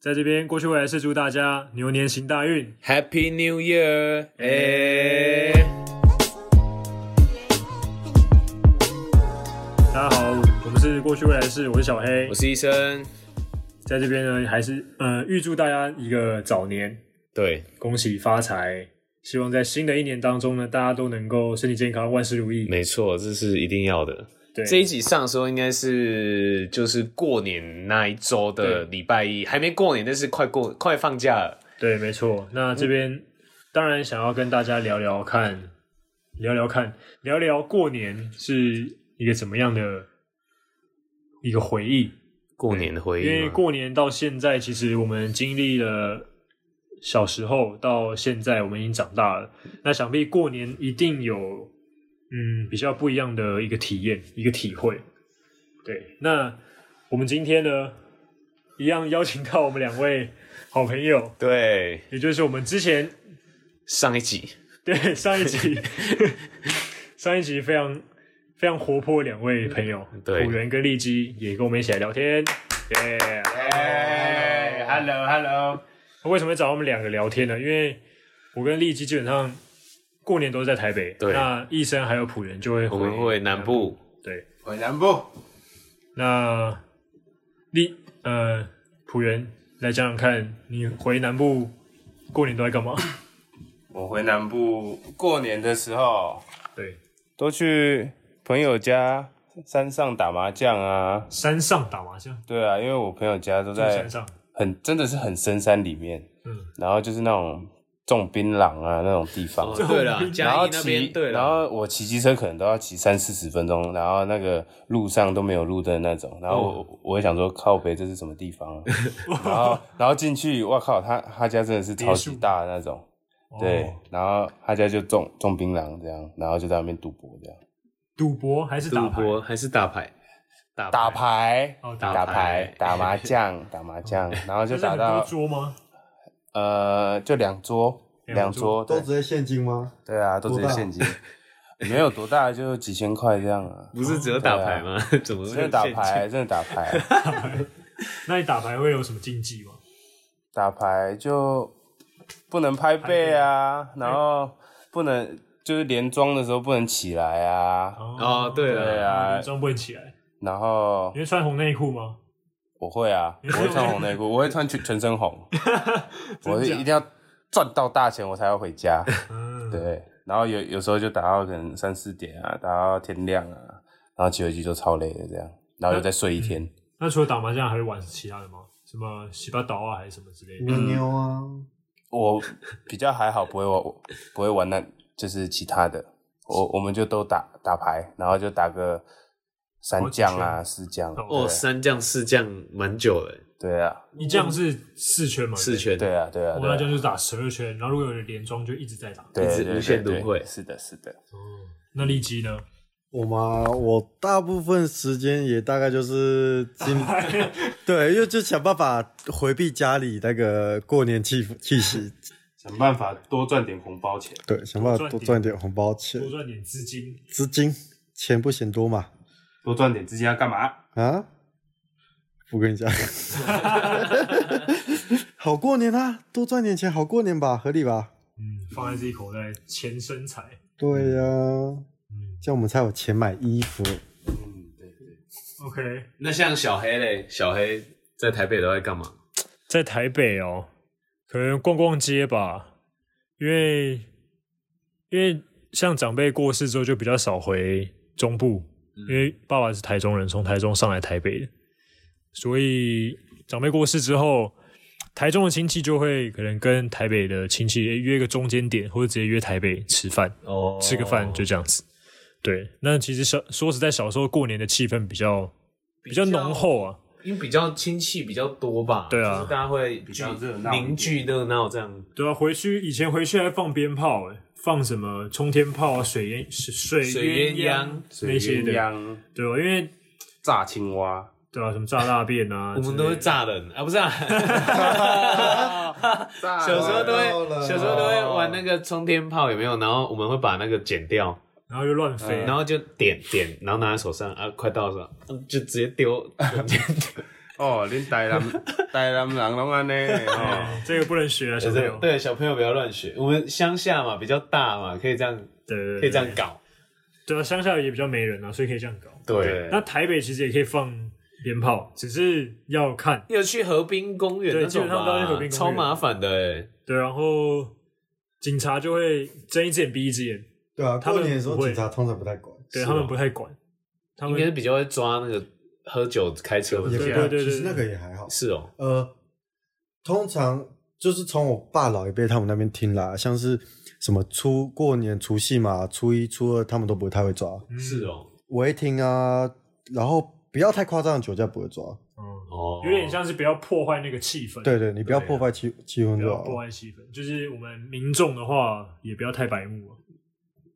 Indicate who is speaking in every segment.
Speaker 1: 在这边过去未来是祝大家牛年行大运。
Speaker 2: Happy New Year！哎、
Speaker 1: 大家好，我们是过去未来是，我是小黑
Speaker 2: 我。是医生。
Speaker 1: 在这边呢，还是呃预祝大家一个早年，
Speaker 2: 对，
Speaker 1: 恭喜发财。希望在新的一年当中呢，大家都能够身体健康，万事如意。
Speaker 2: 没错，这是一定要的。
Speaker 1: 对，
Speaker 2: 这一集上的时候应该是就是过年那一周的礼拜一，还没过年，但是快过快放假了。
Speaker 1: 对，没错。那
Speaker 2: 嗯
Speaker 1: 这边、当然想要跟大家聊聊看，聊聊看，聊聊过年是一个怎么样的一个回忆。
Speaker 2: 过年的回
Speaker 1: 因为
Speaker 2: 忆吗，
Speaker 1: 过年到现在，其实我们经历了小时候到现在，我们已经长大了。那想必过年一定有嗯比较不一样的一个体验，一个体会。对，那我们今天呢，一样邀请到我们两位好朋友，
Speaker 2: 对
Speaker 1: 也就是我们之前
Speaker 2: 上一集，
Speaker 1: 对上一 集上一集非常非常活泼的两位朋友，
Speaker 2: 对
Speaker 1: 古人跟荔枝也跟我们一起来聊天。耶、
Speaker 2: 哎，Hello Hello，
Speaker 1: 为什么会找我们两个聊天呢？因为我跟丽基基本上过年都是在台北，
Speaker 2: 对
Speaker 1: 那医生还有普人就会
Speaker 2: 我
Speaker 1: 回
Speaker 2: 们会南部，
Speaker 1: 对，
Speaker 3: 回南部，
Speaker 1: 那丽呃普人来讲讲看，你回南部过年都在干 嘛？
Speaker 3: 我回南部过年的时候
Speaker 1: 对，
Speaker 3: 都去朋友家山上打麻将啊。
Speaker 1: 山上打麻将，
Speaker 3: 对啊，因为我朋友家都
Speaker 1: 住山
Speaker 3: 在
Speaker 1: 上，
Speaker 3: 很真的是很深山里面，
Speaker 1: 嗯，
Speaker 3: 然后就是那种种槟榔啊那种地方。
Speaker 2: 哦对了，
Speaker 3: 然
Speaker 2: 嘉
Speaker 3: 后
Speaker 2: 义那边
Speaker 3: 骑，
Speaker 2: 对
Speaker 3: 然
Speaker 2: 了，
Speaker 3: 后我骑机车可能都要骑三四十分钟，然后那个路上都没有路灯那种，然后
Speaker 2: 哦
Speaker 3: 我、我也想说靠北这是什么地方、 啊，然后然后进去，哇靠，他他家真的是超级大的那种，对，
Speaker 1: 哦
Speaker 3: 然后他家就种种槟榔这样，然后就在那边赌博这样，
Speaker 1: 赌博还是打
Speaker 2: 赌
Speaker 1: 牌？
Speaker 2: 博还是打牌，打
Speaker 3: 打牌，
Speaker 1: 哦打
Speaker 3: 打
Speaker 2: 牌
Speaker 3: 牌，打麻将， 打麻将，然后就
Speaker 1: 但是
Speaker 3: 打
Speaker 1: 很多
Speaker 3: 到
Speaker 1: 桌吗？
Speaker 3: 呃，就两桌，
Speaker 1: 两
Speaker 3: 两
Speaker 1: 桌
Speaker 3: 桌，
Speaker 4: 都
Speaker 3: 对
Speaker 4: 直接现金吗？
Speaker 3: 对啊，都直接
Speaker 4: 多大
Speaker 3: 现金， 没有多大，就几千块这样啊。
Speaker 2: 不是只有打牌吗？ 怎么会有
Speaker 3: 真的
Speaker 2: 哦
Speaker 3: 打
Speaker 2: 啊现金？
Speaker 3: 牌，真的打牌，
Speaker 1: 那你打牌会有什么禁忌吗？
Speaker 3: 打牌就不能拍背啊，然后不能就是连庄的时候不能起来啊，
Speaker 2: 哦对了
Speaker 3: 对啊
Speaker 1: 装不能起来。
Speaker 3: 然后
Speaker 1: 你会穿红内裤吗？
Speaker 3: 我会啊，我会穿红内裤，我会穿全全身红，我
Speaker 1: 真假
Speaker 3: 一定要赚到大钱我才要回家，
Speaker 1: 嗯，
Speaker 3: 对，然后有有时候就打到可能三四点啊，打到天亮啊，然后骑回去就超累的这样，然后又再睡一 天，
Speaker 1: 那除了打麻将，还会玩其他的吗？什么洗把刀啊，还是什么之类
Speaker 3: 嗯
Speaker 1: 的？
Speaker 4: 你妞啊，
Speaker 3: 我比较还好，不会玩，不会玩那，就是其他的。我我们就都打打牌，然后就打个三将啊、四将。
Speaker 1: 哦
Speaker 2: 哦，
Speaker 3: 对
Speaker 2: 三将四将蛮久了，
Speaker 3: 对啊，
Speaker 1: 你这样是四圈嘛？
Speaker 2: 四圈，
Speaker 3: 对啊，对啊，
Speaker 1: 我哦
Speaker 3: 对
Speaker 1: 那
Speaker 3: 啊
Speaker 1: 这样就是打十二圈，然后如果有人连庄就一直在打。哦
Speaker 3: 对，
Speaker 2: 一直
Speaker 3: 对
Speaker 2: 无限轮回
Speaker 3: 对对是的，是的。
Speaker 1: 那利基呢？
Speaker 4: 我嘛，我大部分时间也大概就是今 对，因为就想办法回避家里那个过年气氛气息，
Speaker 3: 想办法多赚点红包钱。
Speaker 4: 对，想办
Speaker 1: 多赚
Speaker 4: 法多
Speaker 1: 点
Speaker 4: 赚点红包钱
Speaker 1: 多，赚点资金。
Speaker 4: 资金钱不嫌多嘛
Speaker 3: 多赚点资金要干嘛？
Speaker 4: 啊！不跟你讲， 好过年啊，多赚点钱好过年吧，合理吧？
Speaker 1: 嗯，放在自己口袋，钱生财。
Speaker 4: 对呀、
Speaker 1: 嗯
Speaker 4: 这样我们才有钱买衣服。
Speaker 3: 嗯，对对。
Speaker 1: OK，
Speaker 2: 那像小黑嘞，小黑在台北都在干嘛？
Speaker 1: 在台北哦，可能逛逛街吧，因为因为像长辈过世之后就比较少回中部，
Speaker 2: 嗯
Speaker 1: 因为爸爸是台中人，从台中上来台北的，所以长辈过世之后，台中的亲戚就会可能跟台北的亲戚诶约个中间点，或者直接约台北吃饭，
Speaker 2: 哦
Speaker 1: 吃个饭就这样子。对，那其实小说实在，小时候过年的气氛比较比较
Speaker 2: 比较
Speaker 1: 浓厚啊，
Speaker 2: 因为比较亲戚比较多吧，
Speaker 1: 对啊
Speaker 2: 就是大家会比
Speaker 3: 较热闹一点
Speaker 2: 凝聚热闹这样。
Speaker 1: 对啊，回去以前回去还放鞭炮、欸，放什么冲天炮啊、水烟、水
Speaker 2: 水
Speaker 1: 鸳
Speaker 2: 鸯
Speaker 1: 那些的，
Speaker 3: 鸯、
Speaker 1: 对啊吧、因为
Speaker 3: 炸青 蛙，
Speaker 1: 对啊，什么炸大便啊，
Speaker 2: 我们都会
Speaker 1: 之类的。
Speaker 2: 炸人啊，不是 啊，
Speaker 3: 炸
Speaker 2: 小时候都
Speaker 4: 到
Speaker 2: 会，
Speaker 4: 了
Speaker 2: 小时候都会玩那个冲天炮，有没有？然后我们会把那个剪掉，
Speaker 1: 然后又乱飞，啊
Speaker 2: 啊然后就点点，然后拿在手上啊，快到的时候，嗯就直接丢。
Speaker 3: 哦，恁台南台南人拢安尼哦，
Speaker 1: 这个不能学啊，小朋友。
Speaker 2: 对，小朋友不要乱学。我们乡下嘛，比较大嘛，可以这样，
Speaker 1: 对对对，
Speaker 2: 可以这样搞。
Speaker 1: 对啊，乡下也比较没人啊，所以可以这样搞。
Speaker 2: 对，
Speaker 1: 那台北其实也可以放鞭炮，只是要看。
Speaker 2: 有去河滨公园
Speaker 1: 对
Speaker 2: 那种
Speaker 1: 基本上都要去河
Speaker 2: 吧，
Speaker 1: 滨公园
Speaker 2: 超麻烦的哎。
Speaker 1: 对，然后警察就会睁一只眼闭一只眼，
Speaker 4: 对啊，
Speaker 1: 他
Speaker 4: 过
Speaker 1: 们
Speaker 4: 年的时候
Speaker 1: 不会
Speaker 4: 警察通常不太管，
Speaker 1: 对
Speaker 2: 是
Speaker 1: 他们
Speaker 2: 吗
Speaker 1: 不太管，他
Speaker 2: 应
Speaker 1: 们
Speaker 2: 该是比较会抓那个呃喝酒开车的这
Speaker 4: 也不
Speaker 1: 对
Speaker 2: 样
Speaker 1: 啊
Speaker 4: 会，
Speaker 1: 对
Speaker 4: 其
Speaker 1: 对
Speaker 4: 实
Speaker 1: 对
Speaker 4: 那个也还好。
Speaker 2: 是哦，
Speaker 4: 呃，通常就是从我爸老一辈他们那边听啦，像是什么初过年除夕嘛，初一初二他们都不太会抓，
Speaker 1: 嗯
Speaker 2: 是哦，
Speaker 4: 我会听啊，然后不要太夸张的酒驾不会抓，
Speaker 1: 嗯，
Speaker 2: 哦，
Speaker 1: 有点像是不要破坏那个气氛。
Speaker 4: 对对，你不要破坏气气氛
Speaker 1: 啊不
Speaker 4: 就
Speaker 1: 要
Speaker 4: 好
Speaker 1: 破
Speaker 4: 了。
Speaker 1: 坏气氛，就是我们民众的话，也不要太白目了。啊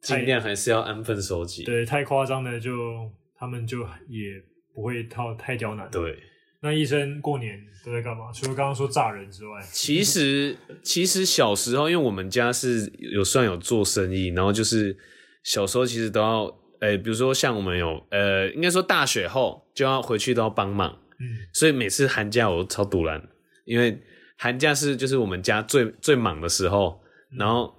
Speaker 2: 尽量还是要安分守己。
Speaker 1: 对，太夸张的就他们就也不会套太刁难。，
Speaker 2: 对，
Speaker 1: 那医生过年都在干嘛？除了刚刚说炸人之外，
Speaker 2: 其实其实小时候，因为我们家是有算有做生意，然后就是小时候其实都要，呃、比如说像我们有，呃，应该说大学后就要回去都要帮忙，
Speaker 1: 嗯，
Speaker 2: 所以每次寒假我都超堵然，因为寒假是就是我们家最最忙的时候，然后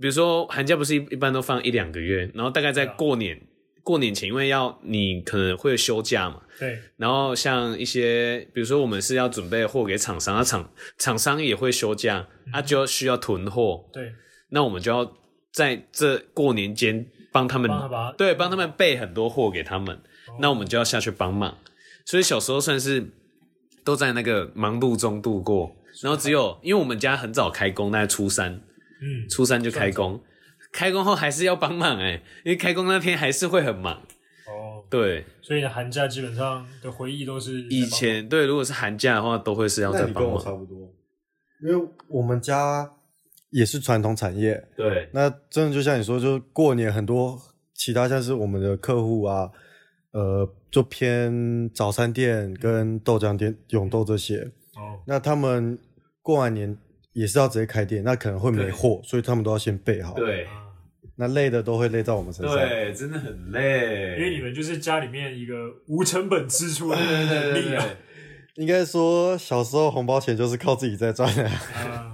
Speaker 2: 比如说寒假不是一一般都放一两个月，然后大概在
Speaker 1: 对啊
Speaker 2: 过年、过年前，因为要你可能会休假嘛，
Speaker 1: 对，
Speaker 2: 然后像一些，比如说我们是要准备货给厂商，那厂厂商也会休假，
Speaker 1: 嗯
Speaker 2: 啊就需要囤货，
Speaker 1: 对，
Speaker 2: 那我们就要在这过年间帮他们，
Speaker 1: 帮他把它
Speaker 2: 对，帮他们备很多货给他们，那我们就要下去帮忙。所以小时候算是都在那个忙碌中度过，然后只有因为我们家很早开工，大概初三，
Speaker 1: 嗯，
Speaker 2: 初三就开工，开工后还是要帮忙哎、因为开工那天还是会很忙，
Speaker 1: 哦，
Speaker 2: 对。
Speaker 1: 所以寒假基本上的回忆都是在
Speaker 2: 以
Speaker 1: 帮忙
Speaker 2: 前对，如果是寒假的话，都会是要
Speaker 4: 那
Speaker 2: 在
Speaker 4: 你
Speaker 2: 帮
Speaker 4: 跟我
Speaker 2: 忙。
Speaker 4: 差不多，因为我们家也是传统产业，
Speaker 2: 对，
Speaker 4: 那真的就像你说，就过年很多其他像是我们的客户啊，呃，就偏早餐店跟豆浆店、永豆这些，
Speaker 1: 哦，
Speaker 4: 那他们过完年也是要直接开店，那可能会没货，所以他们都要先备好。，
Speaker 2: 对，
Speaker 4: 那累的都会累到我们身上。，
Speaker 2: 对，真的很累。
Speaker 1: 因为你们就是家里面一个无成本支出的
Speaker 2: 对对对
Speaker 1: 能力
Speaker 2: 对
Speaker 1: 啊。
Speaker 2: 对，
Speaker 4: 应该说小时候红包钱就是靠自己在赚 的。
Speaker 1: 啊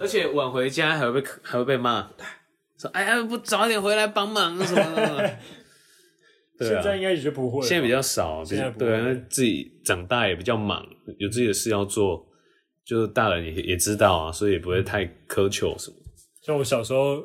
Speaker 2: 而且晚回家还会被还会被骂，说哎呀不早点回来帮忙什么什么。 对
Speaker 1: 现在
Speaker 2: 啊，
Speaker 1: 应该也就不会了，
Speaker 2: 现在比较少，比
Speaker 1: 现在不
Speaker 2: 对啊，
Speaker 1: 会
Speaker 2: 那自己长大也比较忙，有自己的事要做，就大人也也知道啊，所以也不会太苛求什么。
Speaker 1: 像我小时候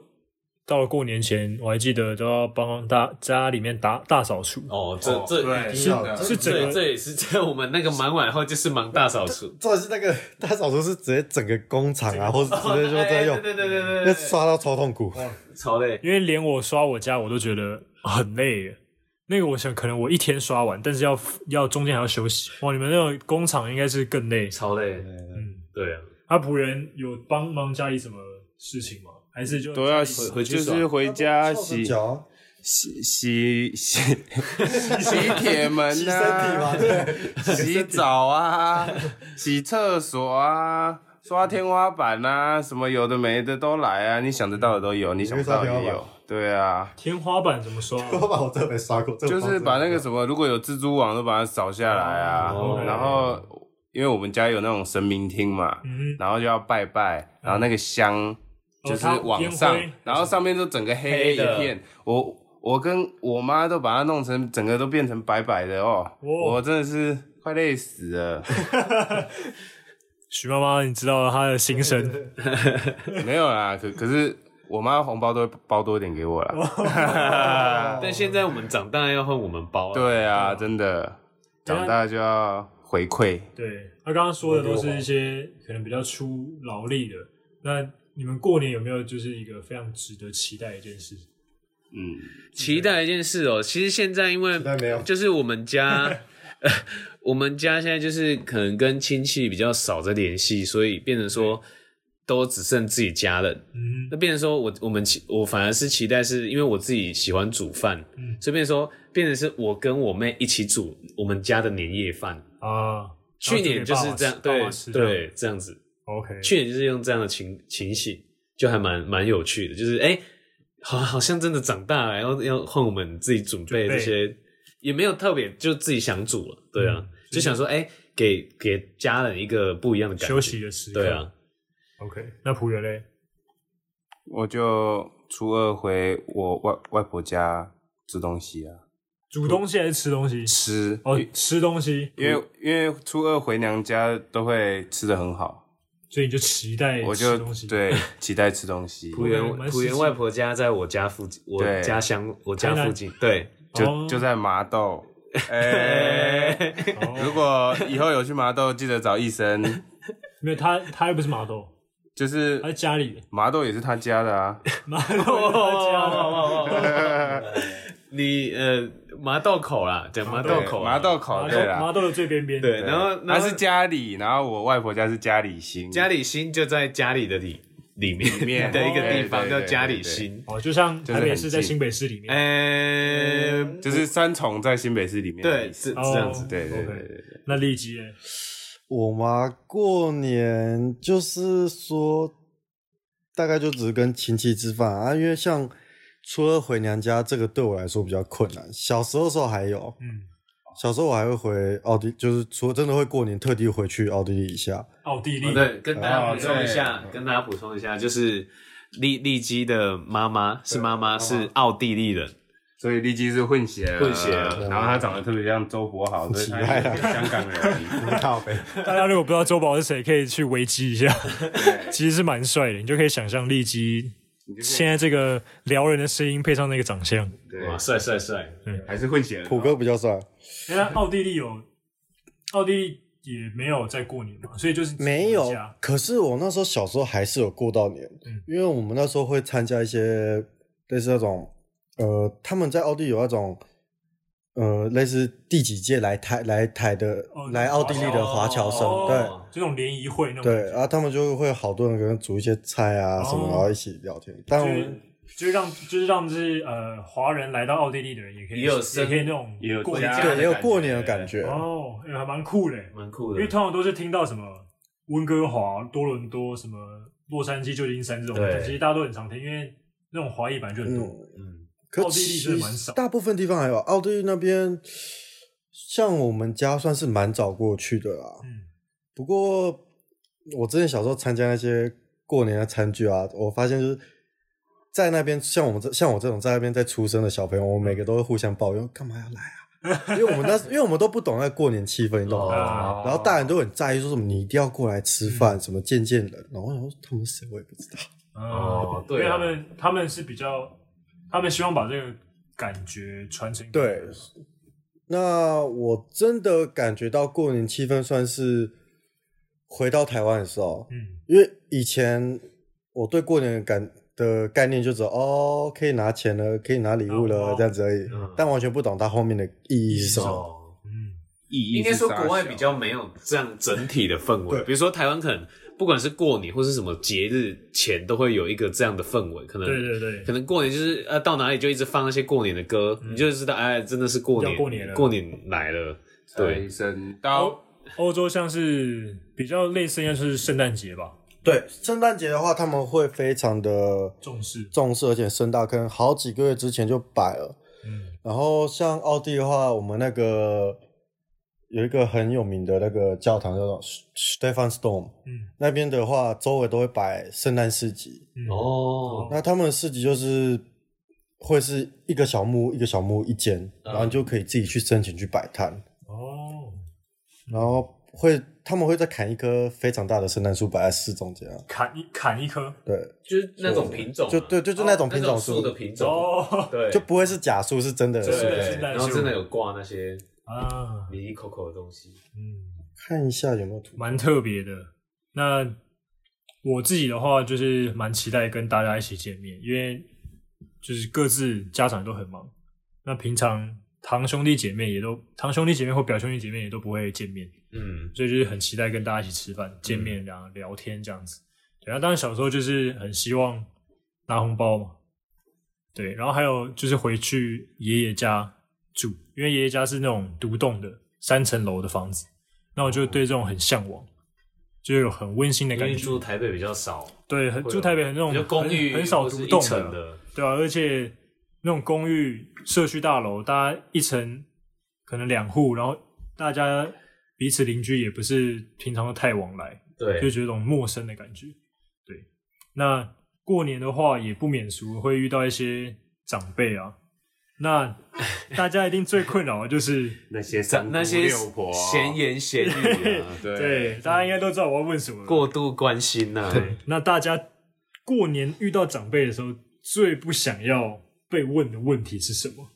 Speaker 1: 到了过年前，我还记得都要帮大家里面打大扫除。
Speaker 2: 哦，这这
Speaker 1: 是是整
Speaker 2: 这
Speaker 1: 个
Speaker 2: 这也是在我们那个忙完后就是忙大 扫除，
Speaker 4: 重点是那个大扫除是直接整个工厂啊，或者直接就在用
Speaker 2: 哎，对对对对
Speaker 4: 那
Speaker 1: 嗯
Speaker 2: 对，
Speaker 4: 刷到超痛苦。
Speaker 2: 超累。
Speaker 1: 因为连我刷我家我都觉得很累了。那个我想可能我一天刷完，但是要要中间还要休息。哇，你们那种工厂应该是更累。
Speaker 2: 超累，
Speaker 1: 嗯，
Speaker 2: 对啊，
Speaker 1: 阿仆人有帮忙家里什么事情吗？还是就
Speaker 3: 都要
Speaker 1: 家里
Speaker 3: 洗，
Speaker 2: 回去
Speaker 3: 就
Speaker 2: 爽
Speaker 3: 是回家洗
Speaker 4: 脚啊，
Speaker 3: 洗洗洗洗铁门
Speaker 4: 洗身体
Speaker 3: 啊
Speaker 4: 嘛，，对，
Speaker 3: 洗澡啊，洗厕所啊，刷天花板啊，什么有的没的都来啊，你想得到的都有，你想不到
Speaker 4: 你
Speaker 3: 也
Speaker 4: 会刷天花
Speaker 3: 有。对啊，
Speaker 1: 天花板怎么刷？啊
Speaker 4: 我把我这没刷过，这
Speaker 3: 就
Speaker 4: 方
Speaker 3: 是
Speaker 4: 式
Speaker 3: 把那 个什么，如果有蜘蛛网都把它扫下来啊
Speaker 2: 哦，
Speaker 3: 然后因为我们家有那种神明厅嘛，
Speaker 1: 嗯，
Speaker 3: 然后就要拜拜，然后那个香就是
Speaker 1: 它
Speaker 3: 往
Speaker 1: 烟
Speaker 3: 上
Speaker 1: 灰，
Speaker 3: 然后上面都整个黑黑一
Speaker 2: 黑
Speaker 3: 片。我我跟我妈都把它弄成整个都变成白白的哦，
Speaker 1: 哦
Speaker 3: 我真的是快累死了。
Speaker 1: 许妈妈，你知道她的心声。
Speaker 3: 没有啦，可可是我妈红包都会包多一点给我啦。
Speaker 2: 但现在我们长大要换我们包了，，
Speaker 3: 对啊，真的，长大就要回馈。
Speaker 1: 对，他刚刚说的都是一些可能比较出劳力的。那你们过年有没有就是一个非常值得期待的一件事？
Speaker 3: 嗯，
Speaker 2: 期待一件事哦、其实现在因为
Speaker 4: 待没有
Speaker 2: 就是我 们家，呃我们家现在就是可能跟亲戚比较少在联系，所以变成说都只剩自己家人。
Speaker 1: 嗯，
Speaker 2: 那变成说我我们期我反而是期待是，因为我自己喜欢煮饭，
Speaker 1: 嗯
Speaker 2: 所以变成说变成是我跟我妹一起煮我们家的年夜饭。
Speaker 1: 啊，
Speaker 2: 去年就是这样，
Speaker 1: 然
Speaker 2: 对
Speaker 1: 后就给爸妈吃
Speaker 2: 对，这样子。
Speaker 1: ，OK，
Speaker 2: 去年就是用这样的情情形，就还蛮蛮有趣的，就是哎、诶好好像真的长大了，要要换我们自己准
Speaker 1: 准
Speaker 2: 备
Speaker 1: 备嗯
Speaker 2: 这些，也没有特别就自己想煮了，对啊，就想说哎、诶给给家人一个不一样的感觉。
Speaker 1: 休息的时刻。
Speaker 2: 对啊，
Speaker 1: ，OK。那仆人嘞？
Speaker 3: 我就初二回我外外婆家吃东西啊，
Speaker 1: 煮东西还是吃东西？
Speaker 3: 吃
Speaker 1: 哦，吃东西，
Speaker 3: 因为因为初二回娘家都会吃的很好，
Speaker 1: 所以你就期待
Speaker 3: 我
Speaker 1: 吃
Speaker 3: 就
Speaker 1: 东西。，
Speaker 3: 对期待吃东西，
Speaker 2: 浦原
Speaker 1: 我们
Speaker 2: 浦原
Speaker 1: 实习
Speaker 2: 外婆家在我家附近，我
Speaker 3: 对
Speaker 2: 家乡我
Speaker 1: 台
Speaker 2: 家
Speaker 1: 南
Speaker 2: 附近， 对，
Speaker 1: 哦
Speaker 3: 就就在 麻豆。哎，
Speaker 1: 哦
Speaker 3: 如果以后有去麻豆，记得找医生，
Speaker 1: 没有他，他又不是麻豆，
Speaker 3: 就是
Speaker 1: 他是家里的
Speaker 3: 麻豆也是他家的啊。
Speaker 1: 麻豆是他家的。
Speaker 2: 你呃麻豆口啦，讲麻豆
Speaker 3: 对
Speaker 2: 口啊，
Speaker 3: 麻豆口
Speaker 1: 麻
Speaker 3: 对
Speaker 1: 豆
Speaker 3: 啦，
Speaker 1: 麻豆的最边边，
Speaker 2: 对，然后然
Speaker 3: 他
Speaker 2: 后
Speaker 3: 是家里，然后我外婆家是家里新，
Speaker 2: 家里新就在家里的里里面哦
Speaker 3: 面
Speaker 2: 的一个地方
Speaker 3: 对对
Speaker 2: 叫
Speaker 3: 对
Speaker 2: 家里
Speaker 3: 对
Speaker 2: 新，
Speaker 1: 哦，就像
Speaker 3: 就是
Speaker 1: 台北
Speaker 3: 很
Speaker 1: 市在
Speaker 3: 近哎
Speaker 1: 新北市里面，
Speaker 2: 呃，
Speaker 3: 就是三重在新北市里面的
Speaker 2: 对，是
Speaker 3: 意思。
Speaker 2: 这样子
Speaker 1: 哦，
Speaker 3: 对对
Speaker 1: OK
Speaker 3: 对对对，
Speaker 1: 那立即嘞
Speaker 4: 我嘛，过年就是说，大概就只是跟亲戚吃饭啊，因为像初二回娘家这个对我来说比较困难。小时候的时候还有，
Speaker 1: 嗯，
Speaker 4: 小时候我还会回奥地，就是除了真的会过年特地回去奥地利一下。
Speaker 1: 奥地
Speaker 3: 哦
Speaker 1: 利，
Speaker 2: 哦对，跟大家补充一下，
Speaker 3: 哦对
Speaker 2: 跟大家补充一下，就是丽丽姬的妈妈是妈妈是奥地利人，
Speaker 3: 所以立基是混血儿，
Speaker 2: 混血儿
Speaker 3: 然后他长得特别像周柏豪，所以他
Speaker 4: 害
Speaker 3: 是
Speaker 4: 啊
Speaker 3: 香港人。
Speaker 4: 靠北
Speaker 1: 大家如果不知道周宝是谁，可以去维基一下， 其实是蛮帅的，你就可以想象立即现在这个撩人的声音配上那个长相。
Speaker 3: 对，
Speaker 2: 哇，帅帅帅！
Speaker 3: 还是混血儿。
Speaker 4: 普哥比较帅，
Speaker 1: 哎，那奥地利有，奥地利也没有在过年嘛，所以就是
Speaker 4: 没有
Speaker 1: 回家。
Speaker 4: 可是我那时候小时候还是有过到年，
Speaker 1: 嗯
Speaker 4: 因为我们那时候会参加一些类似那种，呃，他们在奥地利有那种，呃，类似第几届来台来台的、
Speaker 1: 哦
Speaker 4: 来奥地利的华侨生，
Speaker 1: 哦这种联谊会那种
Speaker 4: 对对，然后他们就会好多人跟煮一些菜啊什么，
Speaker 1: 哦
Speaker 4: 然后一起聊天。但我
Speaker 1: 就是
Speaker 4: 们
Speaker 1: 就是让就是让就是呃华人来到奥地利的人也可以
Speaker 2: 也有
Speaker 1: 也
Speaker 2: 生
Speaker 1: 可以那种
Speaker 3: 也有
Speaker 1: 过
Speaker 3: 家
Speaker 4: 对也有过年的
Speaker 2: 感
Speaker 4: 感觉，
Speaker 1: 哦，哎还蛮酷的，
Speaker 2: 蛮酷
Speaker 1: 因
Speaker 2: 的
Speaker 1: 为。通常都是听到什么温哥华、多伦多、什么洛杉矶、旧金山这种，
Speaker 2: 对
Speaker 1: 其实大家都很常听，因为那种华裔版就很多。
Speaker 4: 嗯，
Speaker 2: 嗯，
Speaker 4: 可
Speaker 1: 奥地利真的
Speaker 4: 其
Speaker 1: 蛮
Speaker 4: 实
Speaker 1: 少
Speaker 4: 大部分地方还有奥地利那边，像我们家算是蛮早过去的啦。
Speaker 1: 嗯，
Speaker 4: 不过我之前小时候参加那些过年的餐具啊，我发现就是在那边，像我们这像我这种在那边在出生的小朋友，我们每个都会互相抱怨，干嘛要来啊？ 因为我们那时因为我们都不懂那个过年气氛，你懂吗？
Speaker 1: 哦
Speaker 4: 然后大人都很在意，说什么你一定要过来吃饭，什么见见人。然后我想说他们谁我也不知道。
Speaker 2: 哦
Speaker 1: 嗯呃因
Speaker 2: 对
Speaker 1: 为
Speaker 2: 啊
Speaker 1: 他们他们是比较，他们希望把这个感觉传承给
Speaker 4: 对
Speaker 1: 别人
Speaker 4: 那我真的感觉到过年气氛算是回到台湾的时候，
Speaker 1: 嗯，
Speaker 4: 因为以前我对过年的感的概念就只有哦，可以拿钱了，可以拿礼物了、
Speaker 1: 哦
Speaker 4: 这样子而已，
Speaker 2: 嗯
Speaker 4: 但完全不懂它后面的意义是什么。
Speaker 2: 哦，
Speaker 1: 嗯，
Speaker 3: 意义
Speaker 2: 应该
Speaker 3: 是
Speaker 2: 说
Speaker 3: 啥
Speaker 2: 国外
Speaker 3: 小
Speaker 2: 比较没有这样整体的氛围，
Speaker 4: 对
Speaker 2: 比如说台湾可能不管是过年或是什么节日前，都会有一个这样的氛围，可能
Speaker 1: 对对对
Speaker 2: 可能过年就是呃到哪里就一直放那些过年的歌，你就知道哎真的是过年
Speaker 1: 嗯要过年了
Speaker 2: 过年来了，对
Speaker 3: 财神到。
Speaker 2: 哦
Speaker 1: 欧洲像是比较类似，应该是圣诞节吧，
Speaker 4: 对，圣诞节的话，他们会非常的
Speaker 1: 重视。
Speaker 4: 重视，而且深大坑好几个月之前就摆了。
Speaker 1: 嗯，
Speaker 4: 然后像奥地利的话，我们那个有一个很有名的那个教堂叫做 Stefan Storm，
Speaker 1: 嗯，
Speaker 4: 那边的话周围都会摆圣诞市集。
Speaker 1: 嗯，
Speaker 2: 哦
Speaker 4: 那他们的市集就是会是一个小木屋一个小木屋一间，
Speaker 2: 嗯
Speaker 4: 然后你就可以自己去申请去摆摊，
Speaker 1: 哦，
Speaker 4: 然后会他们会再砍一棵非常大的圣诞树摆在市中间啊，
Speaker 1: 砍一砍一棵
Speaker 4: 对，
Speaker 2: 就是那种品种啊、
Speaker 4: 就对就就那种品种
Speaker 2: 哦
Speaker 4: 树
Speaker 2: 那的品种，
Speaker 1: 哦
Speaker 2: 对，
Speaker 4: 就不会是假树，是真的
Speaker 1: 真
Speaker 4: 树。
Speaker 1: 的
Speaker 2: 对，
Speaker 1: 圣诞
Speaker 2: 然
Speaker 1: 树
Speaker 2: 后真的有挂那些
Speaker 1: 啊，
Speaker 2: 离离口口的东西，
Speaker 1: 嗯。
Speaker 4: 看一下有没有图。
Speaker 1: 蛮特别的。那我自己的话，就是蛮期待跟大家一起见面，因为就是各自家长都很忙，那平常堂兄弟姐妹也都堂兄弟姐妹或表兄弟姐妹也都不会见面，
Speaker 2: 嗯，
Speaker 1: 所以就是很期待跟大家一起吃饭、见面、聊聊天这样子。对，然后当然小时候就是很希望拿红包嘛，对，然后还有就是回去爷爷家住，因为爷爷家是那种独栋的三层楼的房子，那我就对这种很向往，就有很温馨的
Speaker 2: 因
Speaker 1: 感
Speaker 2: 为
Speaker 1: 觉
Speaker 2: 住。台北比较少，
Speaker 1: 对，很住台北很那种
Speaker 2: 就公寓
Speaker 1: 很很少
Speaker 2: 或是
Speaker 1: 独
Speaker 2: 一
Speaker 1: 栋的，
Speaker 2: 层的，
Speaker 1: 对啊，而且那种公寓社区大楼，大家一层可能两户，然后大家。彼此邻居也不是平常的太往来，就觉
Speaker 2: 对，
Speaker 1: 得有种陌生的感觉。对，那过年的话也不免俗，会遇到一些长辈啊。 那大家一定最困扰的就是，
Speaker 3: 那些三
Speaker 2: 那些
Speaker 3: 六婆
Speaker 1: 啊
Speaker 2: 闲言闲语 啊，
Speaker 3: 对
Speaker 1: 对，大家应该都知道我要问什么了。
Speaker 2: 过度关心
Speaker 4: 啊
Speaker 2: 呐、
Speaker 1: 对，那大家过年遇到长辈的时候，最不想要被问的问题是什么？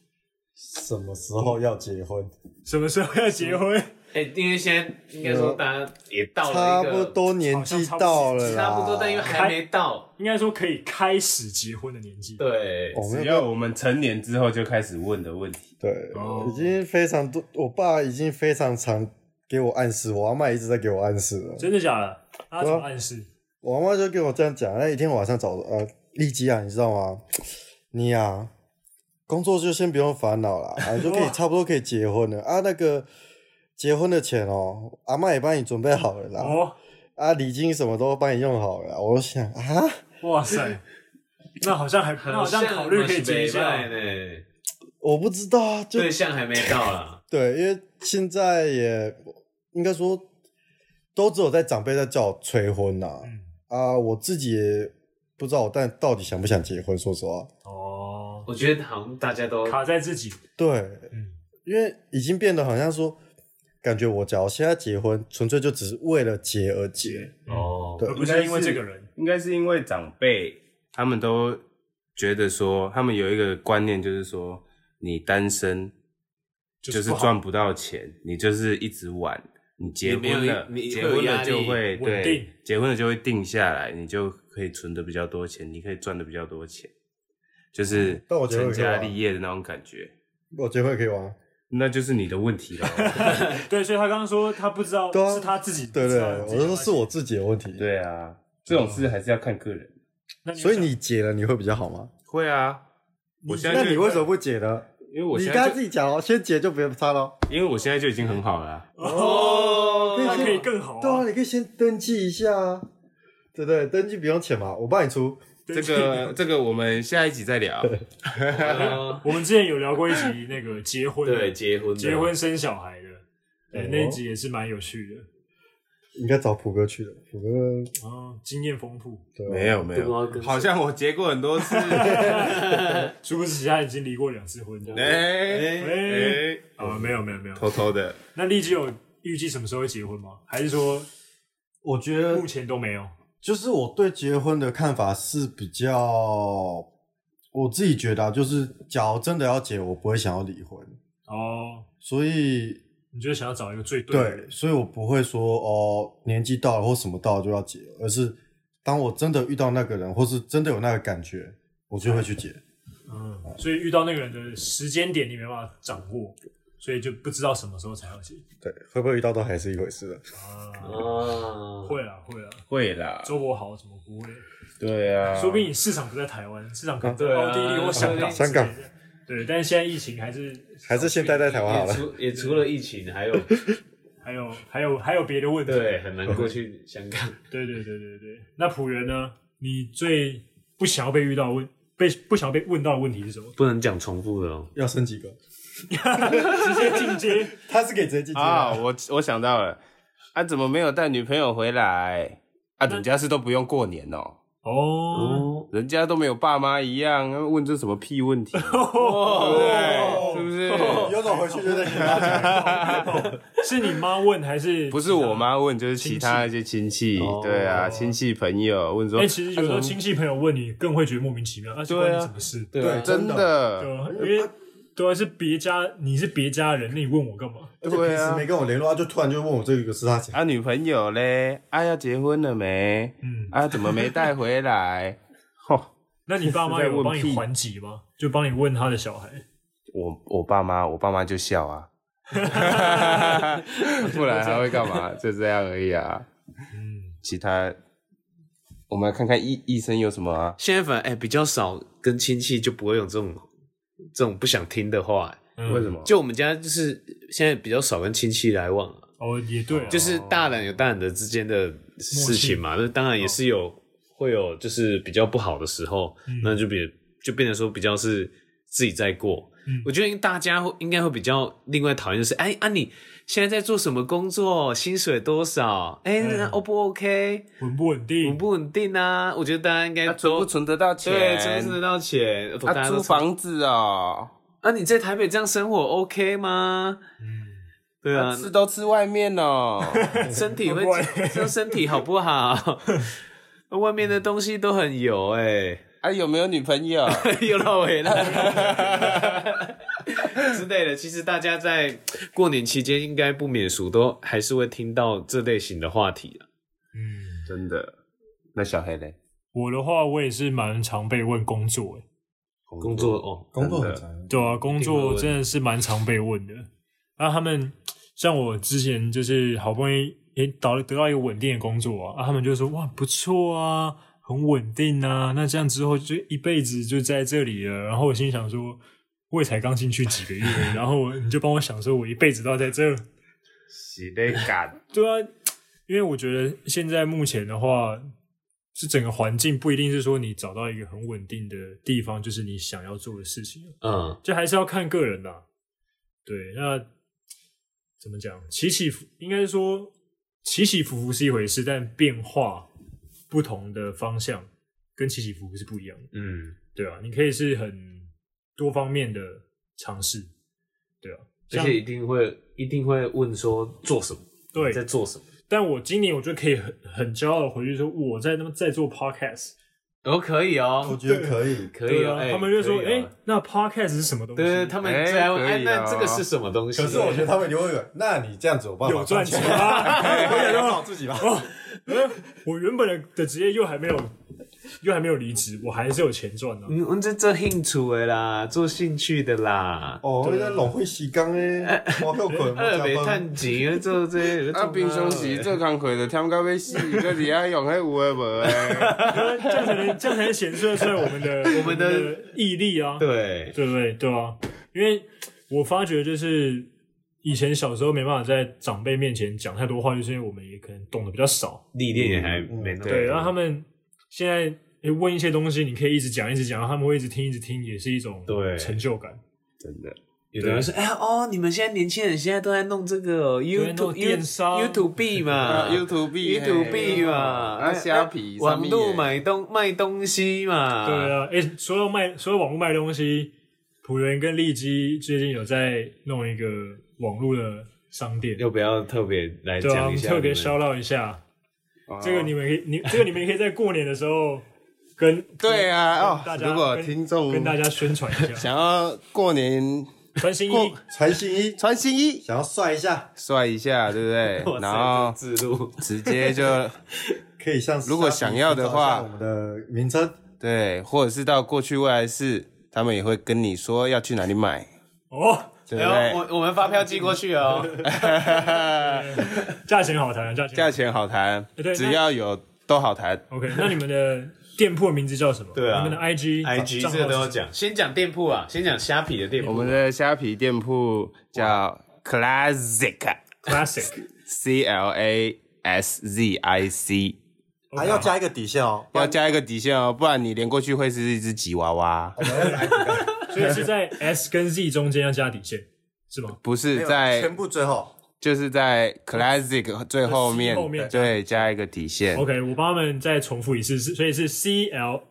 Speaker 4: 什么时候要结婚？
Speaker 1: 什么时候要结婚？
Speaker 2: 哎、因为现在应该说大家也到
Speaker 4: 嗯
Speaker 2: 了
Speaker 4: 差
Speaker 2: 一个
Speaker 4: 不多年纪到了啦，
Speaker 2: 差不多，但因为还没到，
Speaker 1: 应该说可以开始结婚的年纪。
Speaker 2: 对，
Speaker 4: 我
Speaker 3: 只
Speaker 4: 们
Speaker 3: 要我们成年之后就开始问的问题，
Speaker 4: 对
Speaker 1: 哦，
Speaker 4: 已经非常多，我爸已经非常常给我暗示，我阿妈一直在给我暗示了。
Speaker 1: 真的假的？他
Speaker 4: 啊
Speaker 1: 怎么暗示？
Speaker 4: 我阿妈就给我这样讲，那一天晚上找呃丽姬啊，你知道吗？你呀、工作就先不用烦恼了，啊， 就可以差不多可以结婚了啊。那个结婚的钱哦，阿妈也帮你准备好了啦，
Speaker 1: 哦，
Speaker 4: 啊，礼金什么都帮你用好了啦。我就想啊，
Speaker 1: 哇 塞，那好像还那好像考虑可以结一下。
Speaker 2: 呢，
Speaker 4: 我不知道啊，就
Speaker 2: 对象还没到啦，
Speaker 4: 对，因为现在也应该说，都只有在长辈在叫我催婚呐、啊。
Speaker 1: 嗯
Speaker 4: 我自己也不知道我但到底想不想结婚，说实话，
Speaker 1: 哦，
Speaker 2: 我觉得好像大家都
Speaker 1: 卡在自己。
Speaker 4: 对，
Speaker 1: 嗯
Speaker 4: 因为已经变得好像说，感觉我假如现在结婚，纯粹就只是为了结而结。
Speaker 2: 哦，
Speaker 4: 对
Speaker 1: 而不是因为这个人。
Speaker 3: 应该是因为长辈他们都觉得说，他们有一个观念就是说，你单身
Speaker 1: 就是
Speaker 3: 就是
Speaker 1: 不好
Speaker 3: 赚不到钱，你就是一直玩，你结
Speaker 2: 你没有
Speaker 3: 婚了，
Speaker 2: 你
Speaker 3: 结
Speaker 2: 会有
Speaker 3: 婚
Speaker 2: 压
Speaker 3: 了
Speaker 2: 力
Speaker 3: 就会
Speaker 1: 稳定
Speaker 3: 对，结婚了就会定下来，你就可以存的比较多钱，你可以赚的比较多钱，就是
Speaker 4: 嗯但我觉得啊
Speaker 3: 成
Speaker 4: 我可以
Speaker 3: 家
Speaker 4: 玩
Speaker 3: 立业的那种感觉，
Speaker 4: 我结婚可以啊吗？
Speaker 3: 那就是你的问题了。哦
Speaker 1: 对，所以他刚刚说他不知道
Speaker 4: 对啊
Speaker 1: 哦是他自己不
Speaker 4: 对
Speaker 1: 知
Speaker 4: 对，
Speaker 1: 道
Speaker 4: 我就说是我。自己的问题。，
Speaker 3: 对啊，这种事还是要看个人。
Speaker 1: 那有
Speaker 4: 所以
Speaker 1: 想
Speaker 4: 你结了你会比较好吗？
Speaker 3: 会啊，我现在
Speaker 4: 那
Speaker 3: 就
Speaker 4: 你为什么不结呢？
Speaker 3: 因为我
Speaker 4: 你
Speaker 3: 现
Speaker 4: 刚才
Speaker 3: 在
Speaker 4: 自
Speaker 3: 就
Speaker 4: 己讲哦，先结就不用差了。
Speaker 3: 因为我现在就已经很好了啊、
Speaker 1: 哦，那
Speaker 4: 可以
Speaker 1: 可以更好
Speaker 4: 对
Speaker 1: 啊
Speaker 4: 啊，。你可以先登记一下啊，对不对？登记不用钱嘛，我帮你出。
Speaker 3: 这个这个我们下一集再聊。
Speaker 2: 哦
Speaker 1: 我们之前有聊过一集那个结婚的，
Speaker 2: 对，结婚的
Speaker 1: 结婚生小孩的，对，
Speaker 4: 哦
Speaker 1: 那一集也是蛮有趣的，
Speaker 4: 应该找普哥去的，普哥
Speaker 1: 啊，经验丰富。
Speaker 4: 对啊
Speaker 3: 没有没
Speaker 2: 不知道跟
Speaker 3: 有，
Speaker 2: 谁
Speaker 3: 好像我结过很 多次。
Speaker 1: 殊不知他已经离过两次婚这
Speaker 3: 哎
Speaker 1: 样。
Speaker 3: 哎
Speaker 1: 哎，啊，没有没有没有。
Speaker 3: 偷偷的，
Speaker 1: 那丽姬有预计什么时候会结婚吗？还是说
Speaker 4: 我觉得
Speaker 1: 目前都没有？
Speaker 4: 就是我对结婚的看法是比较，我自己觉得、啊，就是假如真的要结，我不会想要离婚，
Speaker 1: 哦，
Speaker 4: 所以
Speaker 1: 你就想要找一个最对的
Speaker 4: 对，
Speaker 1: 人
Speaker 4: 所以我不会说哦，年纪到了或什么到了就要结，而是当我真的遇到那个人，或是真的有那个感觉，我就会去结。
Speaker 1: 嗯，所以遇到那个人的时间点你没办法掌握，所以就不知道什么时候才要结。
Speaker 4: 对，会不会遇到都还是一回事的。
Speaker 1: 啊，
Speaker 2: 哦，
Speaker 1: 会啊会啊，
Speaker 3: 会啦。
Speaker 1: 周柏豪怎么不会？
Speaker 3: 对啊，
Speaker 1: 说不定你市场不在台湾，市场可能在
Speaker 2: 对啊
Speaker 1: 奥地利或香港之类
Speaker 4: 香
Speaker 1: 的、
Speaker 4: 港
Speaker 1: 对，但是现在疫情还是
Speaker 4: 还是现在在台
Speaker 2: 也
Speaker 4: 湾好 了。
Speaker 2: 除也除了疫情，还有
Speaker 1: 还有还有还有别的问题。
Speaker 2: 对很难过去香港。？
Speaker 1: 对对对对对。那朴元呢？你最不想要被遇到的问被不想要被问到的问题是什么
Speaker 2: 不能讲重复的哦。
Speaker 4: 要生几个？
Speaker 1: 直接进阶。
Speaker 4: 他是可以直接进去
Speaker 3: 啊，
Speaker 4: 的。
Speaker 3: 我我想到了，啊，怎么没有带女朋友回来？啊，人家是都不用过年哦，
Speaker 1: 哦，
Speaker 2: 哦，
Speaker 3: 人家都没有爸妈一样，那问这什么屁问 题？对，是不是？
Speaker 4: 有种回去就在跟他讲。
Speaker 1: 是你妈问还是
Speaker 3: 不是我？妈问，就是其他那些亲戚
Speaker 2: 亲戚，
Speaker 3: 对啊，
Speaker 2: 哦
Speaker 3: 亲戚朋友问说
Speaker 1: 哎、，其实有时候
Speaker 3: 啊
Speaker 1: 亲戚朋友问你，更会觉得莫名其妙，那、啊、是
Speaker 3: 对啊
Speaker 1: 关你什么事？
Speaker 2: 对啊，
Speaker 3: 真
Speaker 1: 对
Speaker 3: 的，
Speaker 1: 啊，因为对啊，是别家，你是别家人，那你问我干嘛？
Speaker 3: 对
Speaker 4: 平时
Speaker 3: 啊
Speaker 4: 没，跟我联络，他就突然就问我这个是他讲。
Speaker 3: 啊，女朋友嘞，啊，要结婚了没？
Speaker 1: 嗯，
Speaker 3: 啊，怎么没带回 来？吼，
Speaker 1: 那你爸妈
Speaker 3: 是在
Speaker 1: 有帮
Speaker 3: 问屁
Speaker 1: 你缓解吗？就帮你问他的小孩，
Speaker 3: 我我爸妈，我爸妈就笑 啊，不然还会干嘛？就这样而已啊。
Speaker 1: 嗯，
Speaker 3: 其他，我们来看看医医生有什么啊？
Speaker 2: 现在反而哎、比较少跟亲戚，就不会有这种这种不想听的话、
Speaker 1: 嗯
Speaker 3: 为什么？
Speaker 2: 就我们家就是现在比较少跟亲戚来往、啊，
Speaker 1: 哦，也对啊，
Speaker 2: 就是大人有大人的之间的事情嘛。那当然也是有、
Speaker 3: 哦
Speaker 2: 会有
Speaker 3: 嗯
Speaker 2: 就是比较不好的时候，那就比就变成说比较是自己在过。
Speaker 1: 嗯
Speaker 2: 我觉得大家会应该会比较另外讨厌就是，哎啊，你现在在做什么工作？薪水多少？哎，
Speaker 1: 嗯
Speaker 2: 那 O 不 OK？
Speaker 1: 稳不稳定？
Speaker 2: 稳不稳定啊？我觉得大家应该
Speaker 3: 他存
Speaker 2: 都
Speaker 3: 不存得到钱？
Speaker 2: 对，存不存得到钱？大
Speaker 3: 他
Speaker 2: 家都
Speaker 3: 租房子哦，
Speaker 2: 啊，你在台北这样生活 OK 吗？
Speaker 3: 嗯
Speaker 2: 对啊
Speaker 3: 他，吃都吃外面哦。
Speaker 2: 身体会
Speaker 1: 会，
Speaker 2: 这样身体好不好？ 外面的东西都很油哎、
Speaker 3: 啊，有没有女朋友？
Speaker 2: 又绕回来 之类的。其实大家在过年期间应该不免俗，都还是会听到这类型的话题啊。
Speaker 1: 嗯，
Speaker 3: 真的？那小黑嘞？
Speaker 1: 我的话，我也是蛮常被问工作、欸，
Speaker 2: 工作哦，
Speaker 4: 工作
Speaker 3: 真
Speaker 4: 很
Speaker 3: 的
Speaker 4: 长，
Speaker 1: 对啊，工
Speaker 2: 一定会
Speaker 1: 作
Speaker 2: 问
Speaker 1: 真的是蛮常被问的。那他们像我之前就是好不容易也找得到一个稳定的工作啊，啊他们就说哇不错啊，很稳定啊，那这样之后就一辈子就在这里了。然后我心想说，我也才刚进去几 个月，然后你就帮我想说我一辈子都要在这。
Speaker 3: 喜得感，
Speaker 1: 对啊，因为我觉得现在目前的话，是整个环境不一定是说你找到一个很稳定的地方，就是你想要做的事情。啊
Speaker 2: 嗯，
Speaker 1: 这还是要看个人啦、对，那怎么讲？起起伏，应该说起起伏伏是一回事，但变化不同的方向跟起起伏伏是不一样的，
Speaker 2: 嗯，
Speaker 1: 对啊，你可以是很多方面的尝试，对啊。
Speaker 2: 而
Speaker 1: 像
Speaker 2: 且一定会一定会问说做什么，
Speaker 1: 对
Speaker 2: 你在做什么，
Speaker 1: 但我今年我就可以很很骄傲的回去说，我在那么在做 podcast，
Speaker 2: 哦，可以
Speaker 4: 我
Speaker 2: 哦，
Speaker 4: 觉得可以。
Speaker 2: 可以
Speaker 1: 对
Speaker 2: 哦，
Speaker 1: 啊
Speaker 2: 哎
Speaker 1: 他们就说，
Speaker 2: 可
Speaker 1: 哎、
Speaker 2: 以哦
Speaker 1: 那 podcast 是什么东西？
Speaker 2: 对对，他们
Speaker 3: 哎
Speaker 2: 最爱问，
Speaker 3: 可
Speaker 2: 哎，
Speaker 3: 以
Speaker 2: 那
Speaker 3: 哦
Speaker 2: 这个是什么东西？
Speaker 4: 可是我觉得他们留远，那你这样子有办法
Speaker 1: 有赚钱
Speaker 4: 吗？
Speaker 1: 吗？我想说
Speaker 4: 找自己吧。
Speaker 1: 呃，我原本的的职业又还没有，又还没有离职，我还是有钱赚呢、
Speaker 2: 嗯，我们在做兴趣的啦，做兴趣的啦，
Speaker 4: 哦，你在拢会洗缸诶，我又困，
Speaker 2: 二哎没
Speaker 4: 我
Speaker 2: 探钱，做这个，
Speaker 3: 啊，平常时做工课就忝到 要死，搁伫遐用迄有诶无诶，
Speaker 1: 这样才能这样才能显示出来我们的我
Speaker 2: 们的
Speaker 1: 的毅力啊，
Speaker 2: 对，
Speaker 1: 对不对？对啊，因为我发觉就是以前小时候没办法在长辈面前讲太多话，就是因为我们也可能懂得比较少，
Speaker 2: 历练也还没那么
Speaker 1: 嗯对，然后他们现在。诶问一些东西，你可以一直讲，一直讲，他们会一直听，一直听，也是一种
Speaker 2: 对
Speaker 1: 成就感。
Speaker 3: 真的。
Speaker 2: 有的人说，哎呀哦，你们现在年轻人现在都在弄这个哦
Speaker 1: 在弄
Speaker 2: YouTube
Speaker 1: 电商
Speaker 2: YouTube B 嘛
Speaker 3: 啊，YouTube B
Speaker 2: YouTube 嘛，哎
Speaker 1: 哎
Speaker 3: 啊，虾皮
Speaker 2: 网络买东卖东西嘛，
Speaker 1: 对，啊，哎、所有卖所有网络卖东西，浦原跟利基最近有在弄一个网络的商店，
Speaker 2: 要不要特别来
Speaker 1: 对啊，我
Speaker 2: 讲一
Speaker 1: 们
Speaker 2: 下？
Speaker 1: 特别骚扰一下，这个你
Speaker 3: 们
Speaker 1: 们可以，你这个你们可以在过年的时候跟
Speaker 3: 对啊
Speaker 1: 跟
Speaker 3: 哦
Speaker 1: 大，家
Speaker 3: 如果
Speaker 1: 跟
Speaker 3: 听众
Speaker 1: 跟大家宣传一下，
Speaker 3: 想要过年
Speaker 1: 穿新衣
Speaker 3: 过
Speaker 4: 穿新衣，
Speaker 3: 穿新衣，
Speaker 4: 想要帅一下，
Speaker 3: 帅一下，对 不
Speaker 2: 哇
Speaker 3: 对？
Speaker 2: 塞
Speaker 3: 然后
Speaker 2: 这自录，
Speaker 3: 直接就
Speaker 4: 可以像
Speaker 3: 如果想要的话
Speaker 4: 找一下我们的名称
Speaker 3: 对，或者是到过去未来式，他们也会跟你说要去哪里买，
Speaker 1: 哦，
Speaker 3: 对不
Speaker 2: 然
Speaker 3: 对
Speaker 2: 后？我我们发票寄过 去哦，
Speaker 1: 价钱好谈，价钱
Speaker 3: 价
Speaker 1: 好
Speaker 3: 钱好谈
Speaker 1: 哎对那，哦
Speaker 3: 只要有都好谈。
Speaker 1: OK，那你们的店铺名字叫什么？
Speaker 2: 对啊
Speaker 1: 你们的 IG
Speaker 2: IG
Speaker 1: 账号
Speaker 2: 这个都要
Speaker 1: 是
Speaker 2: 讲，先讲店铺啊，先讲虾皮的店
Speaker 3: 我
Speaker 2: 铺
Speaker 3: 们，的虾皮店铺叫 Classic
Speaker 1: Classic，
Speaker 3: C L A S Z I C，
Speaker 4: 还要加一个底线哦，
Speaker 3: 要加一个底线哦，不然你连过去会是一只吉娃娃，
Speaker 4: 哦
Speaker 1: 所以是在 S 跟 Z 中间要加底线，是吗？
Speaker 3: 不是
Speaker 4: 没有全
Speaker 3: 在
Speaker 4: 部最后
Speaker 3: 就是在 Classic 最后面
Speaker 1: 后面，
Speaker 3: 对，加一个底线。
Speaker 4: 哦
Speaker 1: OK，我帮他们再重复一次，是所以是 C L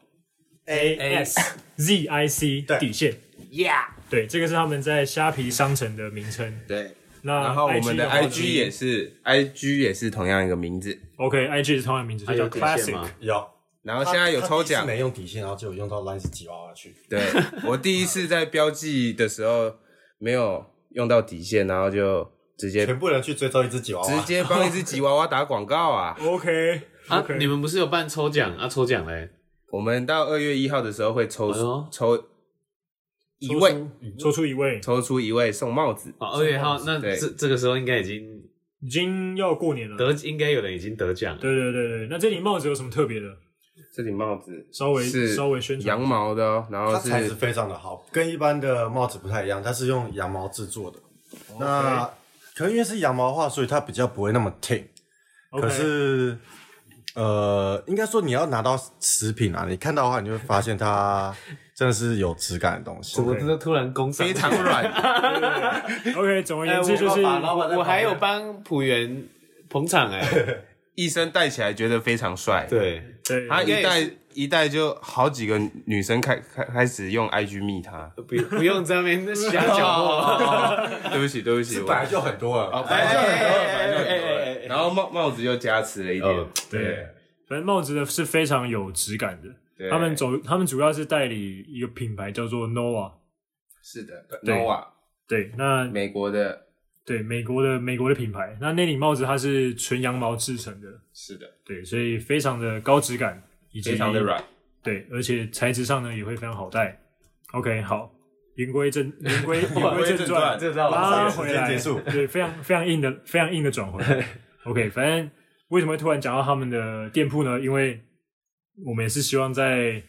Speaker 1: A S Z I C
Speaker 4: 对
Speaker 1: 底线。
Speaker 3: Yeah，
Speaker 1: 对，这个是他们在虾皮商城的名称。
Speaker 3: 对。
Speaker 4: 啊
Speaker 1: 那
Speaker 3: 然后我们的
Speaker 1: 话
Speaker 3: IG 也是，IG 也是同样一个名字。
Speaker 1: OK，IG 是同样名字，
Speaker 2: 它
Speaker 1: 就
Speaker 2: 有
Speaker 1: 叫
Speaker 2: 底线
Speaker 1: Classic！
Speaker 2: 吗。？
Speaker 4: 有。
Speaker 3: 然后现在有抽奖
Speaker 4: 他第一次，没用底线，然后就有用到烂啊是吉娃娃去。
Speaker 3: 对 我第一次在标记的时候没有用到底线，然后就直接
Speaker 4: 全部人去追踪一只吉娃
Speaker 3: 直
Speaker 4: 娃，
Speaker 3: 接帮一只吉娃娃打广告啊
Speaker 1: OK，
Speaker 2: 啊
Speaker 1: OK，
Speaker 2: 你们不是有办抽奖啊？抽奖嘞，
Speaker 3: 我们到二月一号的时候会抽
Speaker 2: 哎呦
Speaker 3: 抽一
Speaker 1: 抽
Speaker 3: 位，
Speaker 1: 出抽出一位，
Speaker 3: 抽出一位送帽子。
Speaker 2: 哦，二月号，那
Speaker 3: 对
Speaker 2: 这这个时候应该已经
Speaker 1: 已经要过年了。
Speaker 2: 得，应该有人已经得奖了。
Speaker 1: 对对对对，那这顶帽子有什么特别的？
Speaker 3: 这顶帽子
Speaker 1: 稍微
Speaker 3: 是
Speaker 1: 稍微宣传
Speaker 3: 羊毛的哦，然
Speaker 4: 它
Speaker 3: 后
Speaker 4: 材质
Speaker 3: 是
Speaker 4: 非常的好，跟一般的帽子不太一样，它是用羊毛制作的。那可能因为是羊毛的话，所以它比较不会那么 t
Speaker 1: OK
Speaker 4: 可是呃，应该说你要拿到食品啊，你看到的话，你就会发现 它真的是有质感的东西
Speaker 2: 怎。么这突然工伤
Speaker 4: 非？常软，
Speaker 1: OK，总而言之
Speaker 2: 哎
Speaker 1: 就是，
Speaker 4: 我老板在
Speaker 2: 我还有
Speaker 4: 旁边
Speaker 2: 帮浦原捧场哎、
Speaker 3: 医生戴起来觉得非常帅。，
Speaker 2: 对，
Speaker 1: 对，
Speaker 3: 他
Speaker 2: 应该
Speaker 3: 一
Speaker 2: 也
Speaker 3: 戴一戴就好几个女生开开开始用 IG 密他。
Speaker 2: 不不用在那 边哦瞎搅和。
Speaker 3: 对不起，对不起，我
Speaker 4: 本来就很多啊了。
Speaker 3: 哦，本来就很多，
Speaker 2: 哎
Speaker 3: 本来就很多
Speaker 2: 哎哎哎哎
Speaker 3: 了。然后帽帽子又加持了一点
Speaker 2: 哦，
Speaker 1: 对，反正帽子的是非常有质感的。
Speaker 3: 对
Speaker 1: 他们走，他们主要是代理一个品牌叫做 Nova。
Speaker 3: 是的
Speaker 1: 对
Speaker 3: ，Nova
Speaker 1: 对，那
Speaker 3: 美国的，
Speaker 1: 对美国的美国的品牌，那那顶帽子它是纯羊毛制成的，
Speaker 3: 是的，
Speaker 1: 对，所以非常的高质感，以及
Speaker 3: 非常的软。
Speaker 1: 对，而且材质上呢也会非常好戴。OK，好，言归正言归言归正传，
Speaker 3: 这
Speaker 1: 拉
Speaker 4: 时
Speaker 1: 回
Speaker 4: 间
Speaker 1: 来，
Speaker 4: 结束
Speaker 1: 对，非常非常硬的非常硬的转回来。OK，反正为什么会突然讲到他们的店铺呢？因为我们也是希望在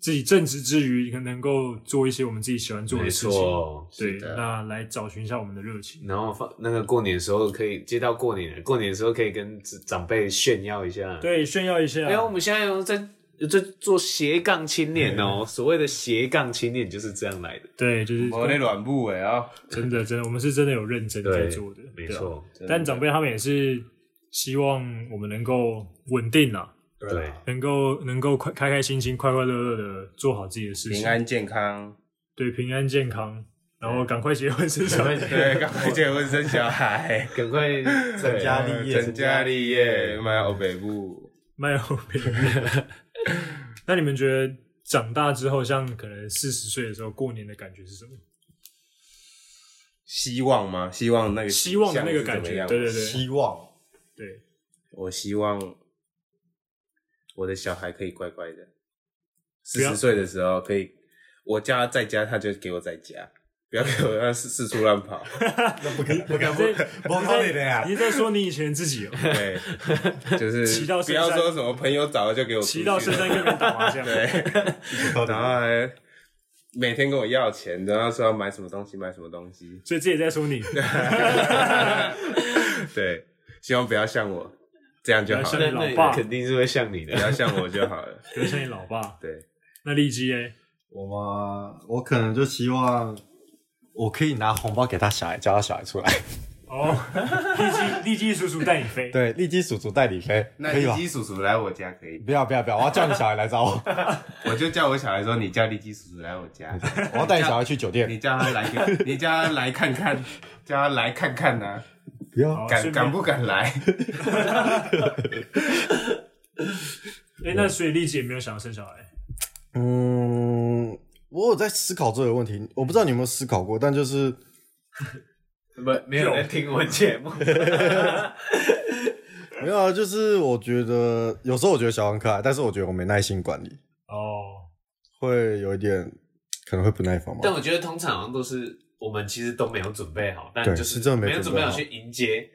Speaker 1: 自己正职之余，可能能够做一些我们自己喜欢做
Speaker 2: 没
Speaker 1: 的事情。
Speaker 2: 错，
Speaker 1: 对，
Speaker 3: 的
Speaker 1: 那来找寻一下我们的热情。
Speaker 2: 然后放那个过年的时候可以接到过年了，过年的时候可以跟长长辈炫耀一下。，
Speaker 1: 对，炫耀一下。
Speaker 2: 哎、我们现在有在有在做斜杠青年哦、 所谓的斜杠青年就是这样来的。
Speaker 1: 对，就是
Speaker 3: 我那软布哎啊，
Speaker 1: 真的真的，我们是真的有认真在做的，
Speaker 2: 没
Speaker 1: 对啊
Speaker 2: 错，
Speaker 1: 但长辈他们也是希望我们能够稳定啦，
Speaker 2: 对，啊
Speaker 1: 能够能够快开开心心、快快乐乐的做好自己的事情，
Speaker 3: 平安 健康，
Speaker 1: 对平安健康，然后赶快结婚生小孩。
Speaker 3: 对，赶快结婚生小孩，
Speaker 2: 赶快增
Speaker 4: 加立业
Speaker 3: 成家立业，买欧北部。
Speaker 1: 卖后品。 那你们觉得长大之后，像可能四十岁的时候，过年的感觉是什么？
Speaker 3: 希望吗？希望那个
Speaker 1: 希望的那个感
Speaker 3: 像是怎么
Speaker 1: 觉，
Speaker 3: 样
Speaker 1: 对对对
Speaker 4: 希望
Speaker 1: 对，
Speaker 3: 我希望我的小孩可以乖乖的，
Speaker 1: 不
Speaker 3: 四
Speaker 1: 要
Speaker 3: 十岁的时候可以，我叫他在家，他就给我在家，不要给我让四四处乱跑。
Speaker 4: 不可不可
Speaker 1: 你
Speaker 4: 不不可以的呀
Speaker 1: 在！你在说你以前自己哦，
Speaker 3: 对，就是
Speaker 1: 骑到
Speaker 3: 不
Speaker 1: 深
Speaker 3: 要
Speaker 1: 山
Speaker 3: 说什么朋友找了就给我出去
Speaker 1: 骑到深山跟人打麻将，
Speaker 3: 对，
Speaker 4: 到底
Speaker 3: 然后还每天跟我要钱，然后说要买什么东西买什么东西。
Speaker 1: 所以这也在说你。
Speaker 3: 对，希望不要像我这样就好
Speaker 1: 不要
Speaker 3: 了，
Speaker 1: 像
Speaker 2: 那
Speaker 1: 你老
Speaker 2: 那
Speaker 1: 爸
Speaker 2: 肯定是会像你
Speaker 3: 不
Speaker 2: 的。
Speaker 3: 要像我就好了。
Speaker 1: 就像你老爸。
Speaker 3: 对，
Speaker 1: 那利基哎，
Speaker 4: 我嘛，我可能就希望我可以拿红包给他小孩，叫他小孩出来。
Speaker 1: 哦，利基利基叔叔带你飞，
Speaker 4: 对，立基叔叔代理飞，
Speaker 3: 那
Speaker 4: 可以
Speaker 3: 李
Speaker 4: 吧？
Speaker 3: 基叔叔来我家可以，
Speaker 4: 不要不要不要！我要叫你小孩来找我，
Speaker 3: 我就叫我小孩说你叫李基叔叔来我家。
Speaker 4: 我要带你小孩去酒店。
Speaker 3: 你叫他来给，你叫他来看看，叫他来看看呐、
Speaker 4: 不要
Speaker 1: 好啊
Speaker 3: 敢
Speaker 1: 顺便
Speaker 3: 敢不敢来？
Speaker 1: 哎，那所以利基也没有想要生小孩，
Speaker 4: 嗯，我有在思考这个问题，我不知道你有没有思考过，但就是
Speaker 2: 不，没有人听我节目。
Speaker 4: 没有啊，就是我觉得有时候我觉得小孩很可爱，但是我觉得我没耐心管理，
Speaker 1: 哦，
Speaker 4: 会有一点可能会不耐烦嘛。
Speaker 2: 但我觉得通常好像都是我们其实都没有准备好，但
Speaker 4: 对
Speaker 2: 就是
Speaker 4: 真的没
Speaker 2: 没有
Speaker 4: 准
Speaker 2: 准
Speaker 4: 备
Speaker 2: 备好
Speaker 4: 好
Speaker 2: 去迎接。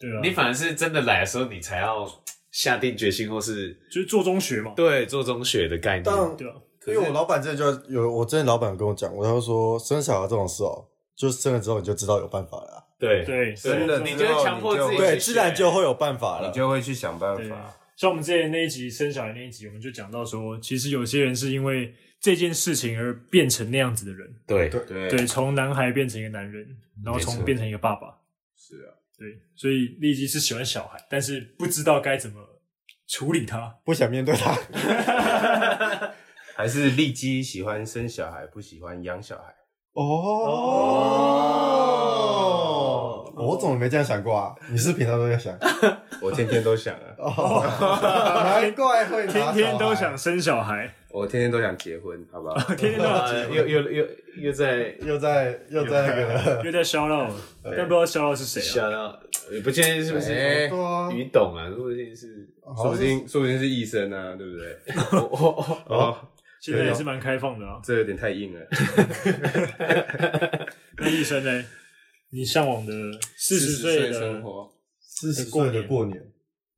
Speaker 1: 对啊，
Speaker 2: 你反而是真的来的时候，你才要下定决心，或是
Speaker 1: 就是做中学嘛，
Speaker 2: 对做中学的概念。
Speaker 4: 但
Speaker 1: 对啊，
Speaker 4: 因为我老板之前就有，我之前老板有跟我讲过，他就说生小孩这种事哦，就生了之后你就知道有办法了啊，
Speaker 2: 对
Speaker 1: 对，
Speaker 3: 真的
Speaker 1: 对
Speaker 2: 你就会强迫自己去
Speaker 3: 对
Speaker 4: 对，
Speaker 2: 学
Speaker 4: 自然就会有办法了
Speaker 3: 你。就会去想办
Speaker 1: 对
Speaker 3: 法。
Speaker 1: 像我们之前那一集生小孩那一集，我们就讲到说，其实有些人是因为这件事情而变成那样子的人，
Speaker 2: 对
Speaker 3: 对
Speaker 1: 对，从男孩变成一个男人，然后
Speaker 2: 没
Speaker 1: 从
Speaker 2: 错
Speaker 1: 变成一个爸爸，
Speaker 3: 是啊，
Speaker 1: 对，所以利基是喜欢小孩，但是不知道该怎么处理 他，
Speaker 4: 不想面对他，
Speaker 3: 还是利基喜欢生小孩，不喜欢养小孩。
Speaker 4: 哦，我怎么没这样想过啊？你是平常都在想，
Speaker 3: 我天天都想啊，
Speaker 4: 哦，难怪会拿
Speaker 1: 天
Speaker 4: 小孩
Speaker 1: 天都想，生小孩，
Speaker 3: 我天天都想结婚，好不 好？
Speaker 1: 天天都 要结
Speaker 2: 啊，又又又又在
Speaker 4: 又在又在那 个，
Speaker 1: 又在肖闹，但不知道肖闹是谁啊？
Speaker 2: 想到，也不确定是不是
Speaker 3: 哎
Speaker 4: 对啊
Speaker 2: 于董啊，说不定是
Speaker 3: 说不定说不定是医生啊，对不对？哦，
Speaker 1: 现在也是蛮开放的啊。
Speaker 3: 这有点太硬了。
Speaker 1: 那医生呢？你向往的四十
Speaker 3: 40
Speaker 1: 岁的
Speaker 3: 生活，
Speaker 4: 四十岁的过年，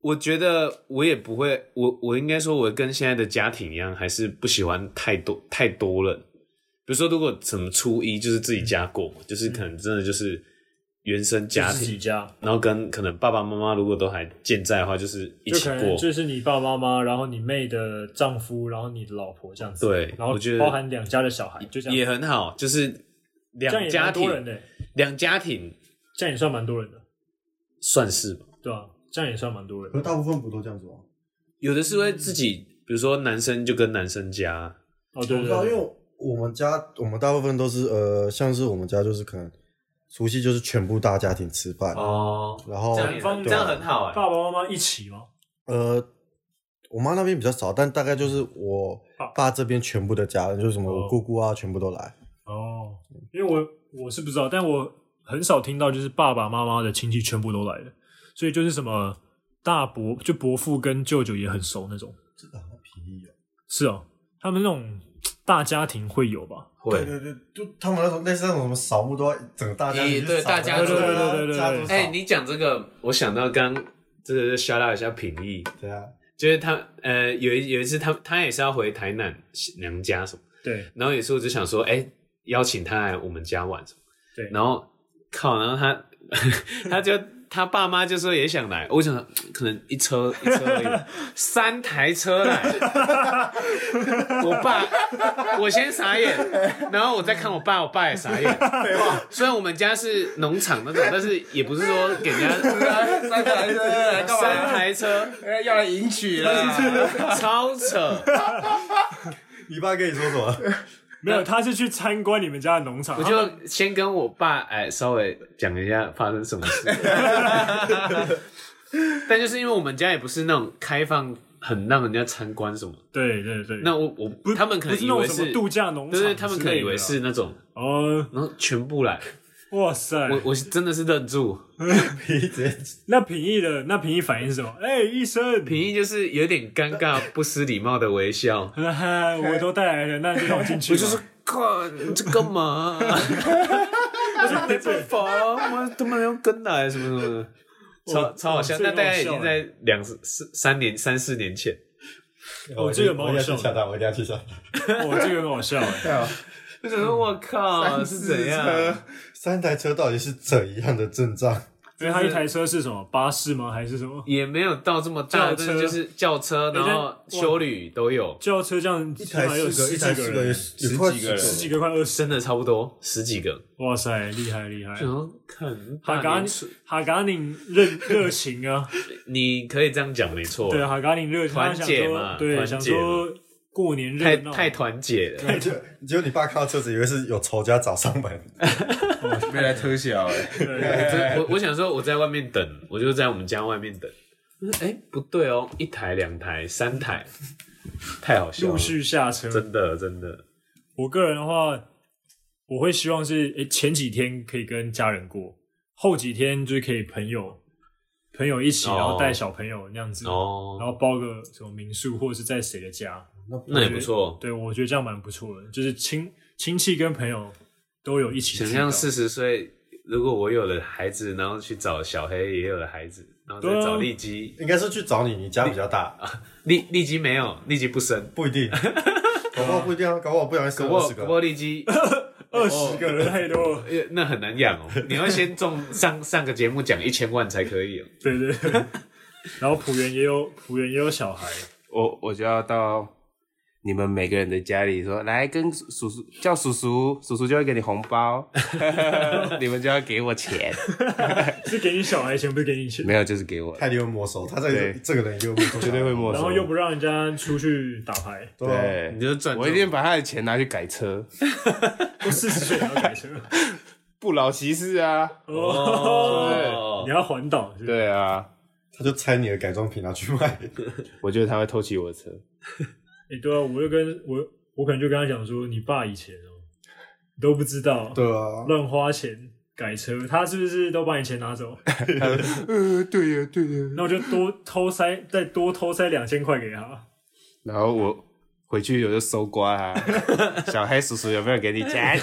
Speaker 2: 我觉得我也不会，我我应该说，我跟现在的家庭一样，还是不喜欢太多太
Speaker 1: 嗯
Speaker 2: 多人。比如说，如果什么初一就是自己家过嘛，就是可能真的就是原生
Speaker 1: 就
Speaker 2: 家
Speaker 1: 自己
Speaker 2: 庭，
Speaker 1: 家，
Speaker 2: 然后跟可能爸爸妈妈如果都还健在的话，就是一
Speaker 1: 就
Speaker 2: 起
Speaker 1: 可
Speaker 2: 过
Speaker 1: 能。就是你爸爸妈妈，然后你妹的丈夫，然后你的老婆这样子。
Speaker 2: 对
Speaker 1: 然后
Speaker 2: 我觉得
Speaker 1: 包含两家的小孩，就这样，
Speaker 2: 也很好，就是
Speaker 1: 这样
Speaker 2: 两
Speaker 1: 也
Speaker 2: 家
Speaker 1: 蛮多人
Speaker 2: 庭，
Speaker 1: 的，
Speaker 2: 两家庭
Speaker 1: 这样也算蛮多人的，
Speaker 2: 算是吧。
Speaker 1: 对吧、这样也算蛮多人
Speaker 4: 可是
Speaker 1: 的。
Speaker 4: 大部分不都这样做啊？
Speaker 2: 有的是会自己，比如说男生就跟男生家，
Speaker 1: 哦，对
Speaker 4: 我
Speaker 1: 对
Speaker 4: 知道，因
Speaker 1: 对，
Speaker 4: 为我们家我们大部分都是呃，像是我们家就是可能除夕就是全部大家庭吃饭，
Speaker 2: 哦，
Speaker 4: 然后
Speaker 2: 这样也
Speaker 1: 方
Speaker 2: 很这样
Speaker 4: 对
Speaker 2: 很好哎、
Speaker 1: 爸爸妈妈一起吗？
Speaker 4: 呃，我妈那边比较少，但大概就是我
Speaker 1: 啊
Speaker 4: 爸这边全部的家人，就是什么
Speaker 1: 哦
Speaker 4: 我姑姑啊，全部都来。
Speaker 1: 哦，因为我我是不知道，但我很少听到就是爸爸妈妈的亲戚全部都来了，所以就是什么大伯就伯父跟舅舅也很熟那种。
Speaker 4: 这个好便宜哦。
Speaker 1: 是哦，他们那种大家庭会有吧？
Speaker 4: 对
Speaker 2: 会。
Speaker 4: 对对，就他们那种类似那种什么扫墓都要整个大家
Speaker 2: 咦
Speaker 4: 庭去
Speaker 2: 对
Speaker 4: 扫
Speaker 2: 大家
Speaker 4: 然后
Speaker 1: 族
Speaker 4: 就
Speaker 1: 对对
Speaker 4: 大家
Speaker 1: 对对
Speaker 4: 家
Speaker 1: 对
Speaker 4: 族扫
Speaker 2: 哎、你讲这个，我想到刚这个小聊一下品艺，
Speaker 4: 对啊，
Speaker 2: 就是他呃有一有一次他他也是要回台南娘家什么，
Speaker 1: 对，
Speaker 2: 然后有一次我就想说，哎、邀请他来我们家玩什么，
Speaker 1: 对
Speaker 2: 然后靠，然后他 他就他爸妈就说也想来，我想说嗯可能一车一车而已， 三台车来，我爸我先傻眼，然后我再看我爸，我爸也傻眼，
Speaker 4: 废话，
Speaker 2: 虽然我们家是农场那种，但是也不是说给人 家
Speaker 5: 三台车来啊干
Speaker 2: 三
Speaker 5: 嘛？哎
Speaker 2: 台车，
Speaker 5: 要来迎娶了，
Speaker 2: 超扯。
Speaker 4: 你爸跟你说什么？
Speaker 1: 没有，他是去参观你们家的农场，
Speaker 2: 我
Speaker 1: 他们
Speaker 2: 就先跟我爸哎稍微讲一下发生什 么事，但就是因为我们家也不是那种开放，很让人家参观什么。
Speaker 1: 对对对，
Speaker 2: 那我我
Speaker 1: 不
Speaker 2: 他们可
Speaker 1: 不
Speaker 2: 能
Speaker 1: 是
Speaker 2: 以
Speaker 1: 那种
Speaker 2: 为
Speaker 1: 什么
Speaker 2: 是，
Speaker 1: 度假农场
Speaker 2: 对
Speaker 1: 之类的
Speaker 2: 对，
Speaker 1: 啊，
Speaker 2: 他们可能以为是那种，
Speaker 1: 哦，
Speaker 2: 然后全部来，
Speaker 1: 哇塞，
Speaker 2: 我我是真的是 愣住。
Speaker 4: 皮直接
Speaker 1: 那平易的那平易反应是什么？哎、医生，
Speaker 2: 平易就是有点尴尬、不失礼貌的微笑。
Speaker 1: 哈哈， 我都带来了，那就让我进去吧。
Speaker 2: 我就是靠，你这干 嘛？我说没办法啊，我他妈要跟来什么什么的，超
Speaker 1: 我
Speaker 2: 超好笑。
Speaker 1: 我
Speaker 2: 那
Speaker 1: 最
Speaker 2: 大概已
Speaker 1: 好
Speaker 2: 经
Speaker 1: 笑
Speaker 2: 在两四三年、三四年前，
Speaker 1: 哦这个蛮好
Speaker 4: 我一定
Speaker 1: 笑的
Speaker 4: 要去下蛋，我一定要去下蛋。
Speaker 1: 哇，这个很好笑哎、
Speaker 2: 我想说，我靠，是怎样？
Speaker 4: 三台车到底是怎样的阵仗？
Speaker 1: 因为他一台车是什么巴士吗？还是什么
Speaker 2: 也没有到这么大，
Speaker 1: 轿
Speaker 2: 但
Speaker 1: 车
Speaker 2: 是就是轿车，然后修旅都有，
Speaker 1: 轿车这样？
Speaker 4: 一台
Speaker 1: 有
Speaker 4: 四个，
Speaker 1: 十
Speaker 4: 一台
Speaker 1: 几
Speaker 4: 四
Speaker 1: 个
Speaker 4: 有
Speaker 1: 人，欸
Speaker 4: 有快
Speaker 3: 十几个人
Speaker 1: 十几个快二十。
Speaker 2: 真的差不多十几个。
Speaker 1: 哇塞，厉害厉害！
Speaker 2: 然后看
Speaker 1: 哈
Speaker 2: 大
Speaker 1: 嘎
Speaker 2: 年初，
Speaker 1: 哈嘎宁热热情 啊，
Speaker 2: 你可以这样讲，没错。
Speaker 1: 对啊哈嘎宁热情，
Speaker 2: 团结
Speaker 1: 他想说
Speaker 2: 嘛
Speaker 1: 对，
Speaker 2: 团
Speaker 1: 想
Speaker 2: 结嘛
Speaker 1: 说过年热
Speaker 2: 太
Speaker 1: 闹，
Speaker 2: 太团结了。
Speaker 4: 就就你爸看到车子，以为是有仇家找上 门，
Speaker 5: 被来偷笑哎。
Speaker 1: 对
Speaker 2: 我我想说我在外面等，我就在我们家外面等。哎、不对哦，一台、两台、三台，太好笑了
Speaker 1: 陆，续下车。
Speaker 2: 真的真的。
Speaker 1: 我个人的话，我会希望是诶、前几天可以跟家人过，后几天就是可以朋友朋友一起，
Speaker 2: 哦
Speaker 1: 然后带小朋友那样子，然
Speaker 2: 哦，
Speaker 1: 后包个什么民宿或者是在谁的家。
Speaker 2: 那也不错。
Speaker 1: 对，我觉得这样蛮不错的，就是亲亲戚跟朋友都有一起。
Speaker 2: 想象，四十岁，如果我有了孩子，然后去找小黑也有了孩子，然后再
Speaker 1: 对啊
Speaker 2: 找丽姬，
Speaker 4: 应该是去找你，你家比较大，
Speaker 2: 丽丽姬没有，丽姬不生。
Speaker 4: 不一 定，搞不好不一定啊，搞不好不小心
Speaker 2: 不
Speaker 4: 生二
Speaker 2: 过
Speaker 4: 十
Speaker 2: 不
Speaker 4: 个。
Speaker 2: 过丽姬，
Speaker 1: 二十个人太多了。
Speaker 2: 呃那很难养哦。你要先中上上个节目讲一千万才可以哦。
Speaker 1: 对 对对。然后浦原也有浦原也有小孩，
Speaker 3: 我我就要到你们每个人的家里说，来跟叔叔叫叔叔，叔叔就会给你红 包，你们就要给我钱，
Speaker 1: 是给你小孩钱，不是给你钱，
Speaker 3: 没有就是给我，
Speaker 4: 太幽默熟，他这
Speaker 3: 对
Speaker 4: 个这个人幽默，
Speaker 3: 绝对会没
Speaker 1: 然后
Speaker 3: 收。
Speaker 1: 又不让人家出去打牌。
Speaker 4: 对啊，
Speaker 2: 你
Speaker 3: 对，
Speaker 2: 就赚这种，
Speaker 3: 我一定把他的钱拿去改车，
Speaker 1: 都四十岁还要改车，
Speaker 3: 不老骑士啊，
Speaker 1: 哦，你要环岛是不是？
Speaker 3: 对啊，
Speaker 4: 他就拆你的改装品拿去卖。
Speaker 3: 我觉得他会偷骑我的车，
Speaker 1: 哎，对啊，我就跟我我可能就跟他讲说，你爸以前哦你都不知道，
Speaker 4: 对啊，
Speaker 1: 乱花钱改车，他是不是都把你钱拿走？
Speaker 3: 呃，对呀、对呀、
Speaker 1: 那我就多偷塞，再多偷塞两千块给他。
Speaker 3: 然后我回去我就搜刮 他，小黑叔叔有没有给你 钱？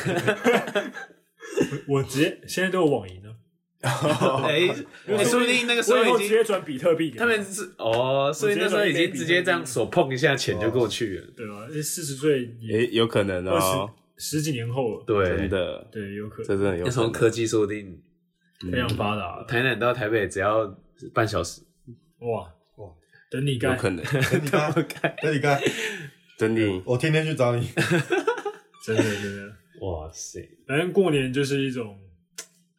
Speaker 1: 我直接现在都有网银了，
Speaker 2: 哎、哎说不定那个时
Speaker 1: 我以
Speaker 2: 候
Speaker 1: 后
Speaker 2: 已
Speaker 1: 直
Speaker 2: 经
Speaker 1: 接转比特币给
Speaker 2: 他们是哦，所以
Speaker 1: 直接
Speaker 2: 那时候
Speaker 1: 转
Speaker 2: 已
Speaker 1: 一杯
Speaker 2: 经
Speaker 1: 比
Speaker 2: 直
Speaker 1: 特
Speaker 2: 接
Speaker 1: 币
Speaker 2: 这样手碰一下钱就过去了。
Speaker 1: 对吧？四十岁也
Speaker 3: 诶、有可能
Speaker 1: 二
Speaker 3: 哦，
Speaker 1: 十十几年后了，
Speaker 2: 啊对
Speaker 3: 真的，
Speaker 1: 对，有可能
Speaker 3: 这真的有
Speaker 2: 那时
Speaker 3: 可
Speaker 2: 候
Speaker 3: 能。
Speaker 2: 科技说不定
Speaker 1: 非常发达。
Speaker 2: 台南到台北只要半小时，
Speaker 1: 哇哇
Speaker 4: 哇，
Speaker 1: 等你
Speaker 3: 有
Speaker 1: 干，
Speaker 3: 可 能。
Speaker 4: 等你看，等你看，
Speaker 3: 等你
Speaker 4: 我天天去找你。
Speaker 1: 真的真的。
Speaker 2: 哇塞！
Speaker 1: 反正过年就是一种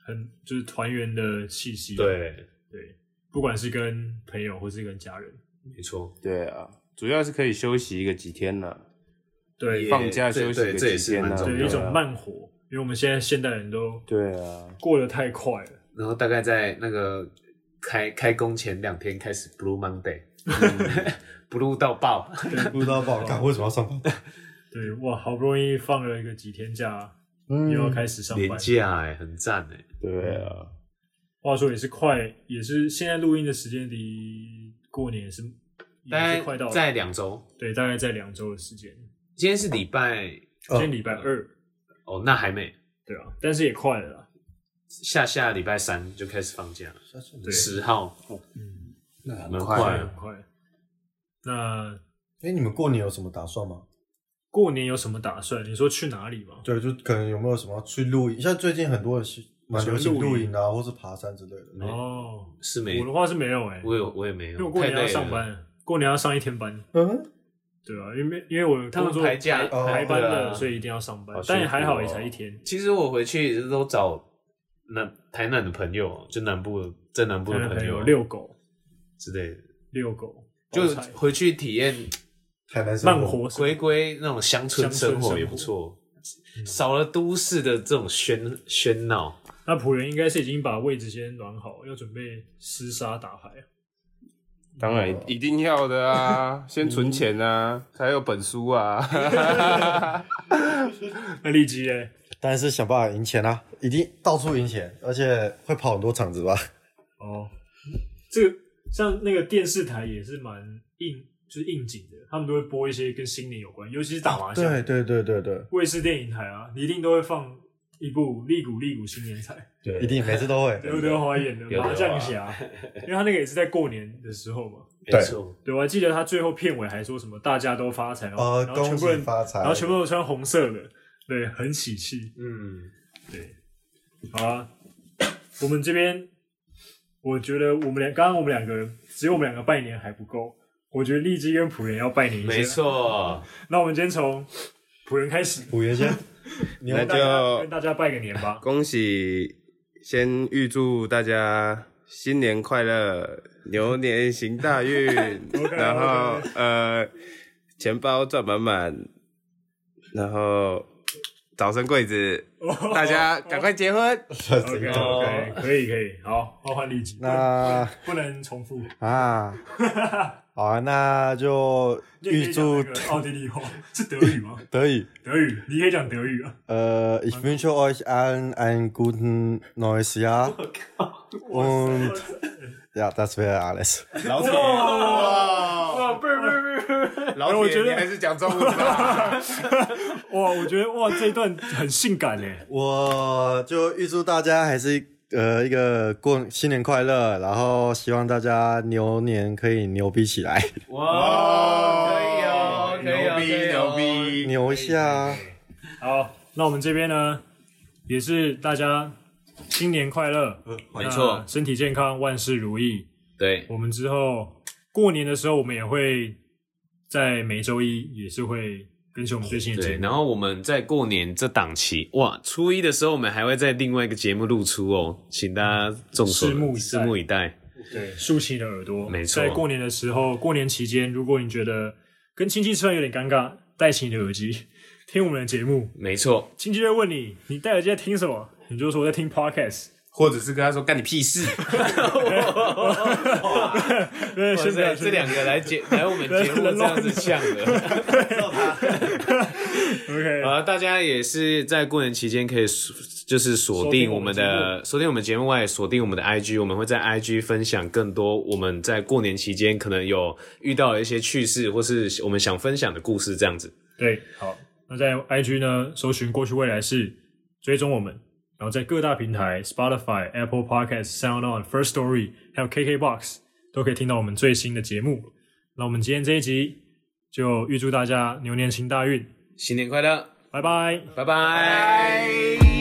Speaker 1: 很就是团圆的气息。啊
Speaker 2: 对，
Speaker 1: 对，不管是跟朋友或是跟家人，
Speaker 2: 没错，
Speaker 3: 对啊，主要是可以休息一个几天了，
Speaker 1: 对
Speaker 2: 也
Speaker 1: 放
Speaker 3: 放假
Speaker 2: 对
Speaker 3: 休息
Speaker 2: 对
Speaker 3: 个
Speaker 2: 这也
Speaker 3: 几
Speaker 2: 是
Speaker 3: 天
Speaker 2: 蛮
Speaker 3: 啊
Speaker 2: 重要
Speaker 1: 对
Speaker 2: 的
Speaker 1: 一种。慢活，因为我们现在现代人都
Speaker 3: 对啊，
Speaker 1: 过得太快了。
Speaker 2: 然后大概在那个开开工前两天开始 Blue Monday，Blue 到爆，
Speaker 4: 不知道不好看，为什么要上班？
Speaker 1: 对，哇，好不容易放了一个几天假，
Speaker 2: 嗯
Speaker 1: 又要开始上
Speaker 2: 廉
Speaker 1: 班。
Speaker 2: 价哎，很赞哎，
Speaker 3: 嗯对啊，
Speaker 1: 话说也是快，也是现在录音的时间离过年也是
Speaker 2: 大
Speaker 1: 也是快到
Speaker 2: 概
Speaker 1: 了，
Speaker 2: 在两周，
Speaker 1: 对，大概在两周的时间。
Speaker 2: 今天是礼拜
Speaker 1: 今天礼拜二，
Speaker 2: 哦，那还没，
Speaker 1: 对啊，但是也快了啦。
Speaker 2: 下下礼拜三就开始放假，
Speaker 1: 对，
Speaker 2: 十号，
Speaker 1: 嗯，
Speaker 3: 那
Speaker 2: 蛮
Speaker 3: 很
Speaker 2: 快
Speaker 3: 快
Speaker 1: 快
Speaker 2: 的
Speaker 3: 啊，
Speaker 1: 很快。那
Speaker 4: 哎，你们过年有什么打算吗？
Speaker 1: 过年有什么打算？你说去哪里吗？
Speaker 4: 对，就可能有没有什么去露营？像最近很多人喜蛮流行露营啊，嗯或是爬山之类的。
Speaker 1: 哦，
Speaker 2: 是没
Speaker 1: 我，的话是没有哎、
Speaker 2: 我有我也没
Speaker 1: 因为我
Speaker 2: 有，
Speaker 1: 过
Speaker 2: 太
Speaker 1: 年要
Speaker 2: 累
Speaker 1: 上
Speaker 2: 了。
Speaker 1: 班，过年要上一天班，
Speaker 4: 嗯，
Speaker 1: 对啊，因为因为我
Speaker 2: 他们
Speaker 1: 工作
Speaker 2: 排假
Speaker 1: 排
Speaker 4: 哦
Speaker 1: 排班
Speaker 2: 对
Speaker 1: 了，
Speaker 2: 啊
Speaker 1: 所以一定要上班
Speaker 3: 好。辛
Speaker 1: 但也还好，
Speaker 3: 苦哦
Speaker 1: 也才一天。
Speaker 2: 其实我回去也是都找南台南的朋友，就南部的在南部
Speaker 1: 可
Speaker 2: 的
Speaker 1: 能
Speaker 2: 朋
Speaker 1: 朋
Speaker 2: 友啊
Speaker 1: 友遛狗，
Speaker 2: 之类的，
Speaker 1: 遛狗，
Speaker 2: 就
Speaker 1: 包菜
Speaker 2: 回去体验
Speaker 4: 台南生活
Speaker 1: 慢活生活
Speaker 2: 回归那种乡村生活也不错，
Speaker 1: 嗯
Speaker 2: 少了都市的这种喧喧闹。
Speaker 1: 那仆人应该是已经把位置先暖好，要准备厮杀打牌。啊
Speaker 3: 当然一定要的 啊，先存钱啊，才有本书啊。
Speaker 1: 那立基嘞，
Speaker 4: 当然是想办法赢钱啊，一定到处赢钱，而且会跑很多场子吧？
Speaker 1: 哦，这个像那个电视台也是蛮应，就是应景的，他们都会播一些跟新年有关，尤其是打麻将。
Speaker 4: 对对对对对，
Speaker 1: 卫视电影台啊，你一定都会放一部《利古利古新年彩》，
Speaker 2: 对
Speaker 4: 一定每次都会。
Speaker 1: 刘德华演的
Speaker 2: 刘德华
Speaker 1: 麻
Speaker 4: 啊
Speaker 1: 将 侠，因为他那个也是在过年的时候嘛。
Speaker 2: 没错，
Speaker 1: 对，我还记得他最后片尾还说什么“大家都发财”，
Speaker 4: 呃，
Speaker 1: 然后
Speaker 4: 恭
Speaker 1: 全部
Speaker 4: 喜
Speaker 1: 人，
Speaker 4: 发财，
Speaker 1: 然后全部都穿红色的，对，很喜气。
Speaker 2: 嗯，
Speaker 1: 对，好啊，我们这边，我觉得我们两，刚刚我们两个人，只有我们两个拜年还不够，我觉得荔枝跟仆人要拜年一下。
Speaker 2: 没，错，
Speaker 1: 那我们今天从仆人开始，
Speaker 4: 五元先，你
Speaker 3: 那
Speaker 4: 们
Speaker 1: 大家
Speaker 3: 就
Speaker 1: 跟大家拜个年吧。
Speaker 3: 恭喜，先预祝大家新年快乐，牛年行大 运
Speaker 1: OK，OK
Speaker 3: 然后呃，钱包赚满满，然后早生贵子，大家赶快结婚。
Speaker 1: 哦 OK
Speaker 4: 走
Speaker 1: OK，可以可以，好，换换立即，
Speaker 4: 那
Speaker 1: 不能重复。
Speaker 4: 啊，好啊，那就
Speaker 1: 你也可
Speaker 4: 预
Speaker 1: 以讲那
Speaker 4: 祝
Speaker 1: 个奥地利话是德语吗？
Speaker 4: 德语。
Speaker 1: 德语，你可以讲德语啊。
Speaker 4: Äh, ich wünsche euch allen ein guten neues Jahr. Und ja, das wäre alles.
Speaker 3: 老铁，哇，
Speaker 1: 哇，不是不是不是，
Speaker 3: 老
Speaker 1: 我
Speaker 3: 铁，
Speaker 1: 觉得
Speaker 3: 你还是讲中文吧。
Speaker 1: 哇，我觉得哇这一段很性感欸嘞。
Speaker 4: 我就预祝大家还是呃一个过新年快乐，然后希望大家牛年可以牛逼起来，
Speaker 2: 哇，可以哦，可以哦，
Speaker 3: 牛逼，牛逼！
Speaker 4: 牛一下。啊
Speaker 1: 好，那我们这边呢，也是大家新年快乐，
Speaker 2: 没错
Speaker 1: 那身体健康，万事如意。
Speaker 2: 对，
Speaker 1: 我们之后过年的时候，我们也会在每周一也是会更新我们最新的节
Speaker 2: 对，
Speaker 1: 目。
Speaker 2: 然后我们在过年这档期，哇，初一的时候我们还会在另外一个节目露出哦，请大家众所
Speaker 1: 拭目以待
Speaker 2: 拭目以待。
Speaker 1: 对，竖起你的耳朵。
Speaker 2: 没错
Speaker 1: 在过年的时候，过年期间，如果你觉得跟亲戚吃饭有点尴尬，戴起你的耳机 听我们的节目。
Speaker 2: 没错，
Speaker 1: 亲戚就会问你，你戴耳机在听什么？你就说我在听 podcast。
Speaker 3: 或者是跟他说干你屁 事，
Speaker 1: 对，
Speaker 2: 哇
Speaker 1: 先不要
Speaker 2: 塞，这两个来节来我们节 目这样子呛的。
Speaker 1: OK。
Speaker 2: 呃，大家也是在过年期间可以锁就是锁定我们的锁定我们节目外，锁定我们的 IG，我们会在 IG 分享更多我们在过年期间可能有遇到的一些趣事，或是我们想分享的故事这样子。
Speaker 1: 对，好，那在 IG 呢，搜寻过去未来式，追踪我们，然后在各大平台 Spotify、Apple Podcast、Sound On、First Story，还有 KKBox 都可以听到我们最新的节目。那我们今天这一集就预祝大家牛年行大运，
Speaker 2: 新年快乐，
Speaker 1: 拜拜。
Speaker 2: 拜拜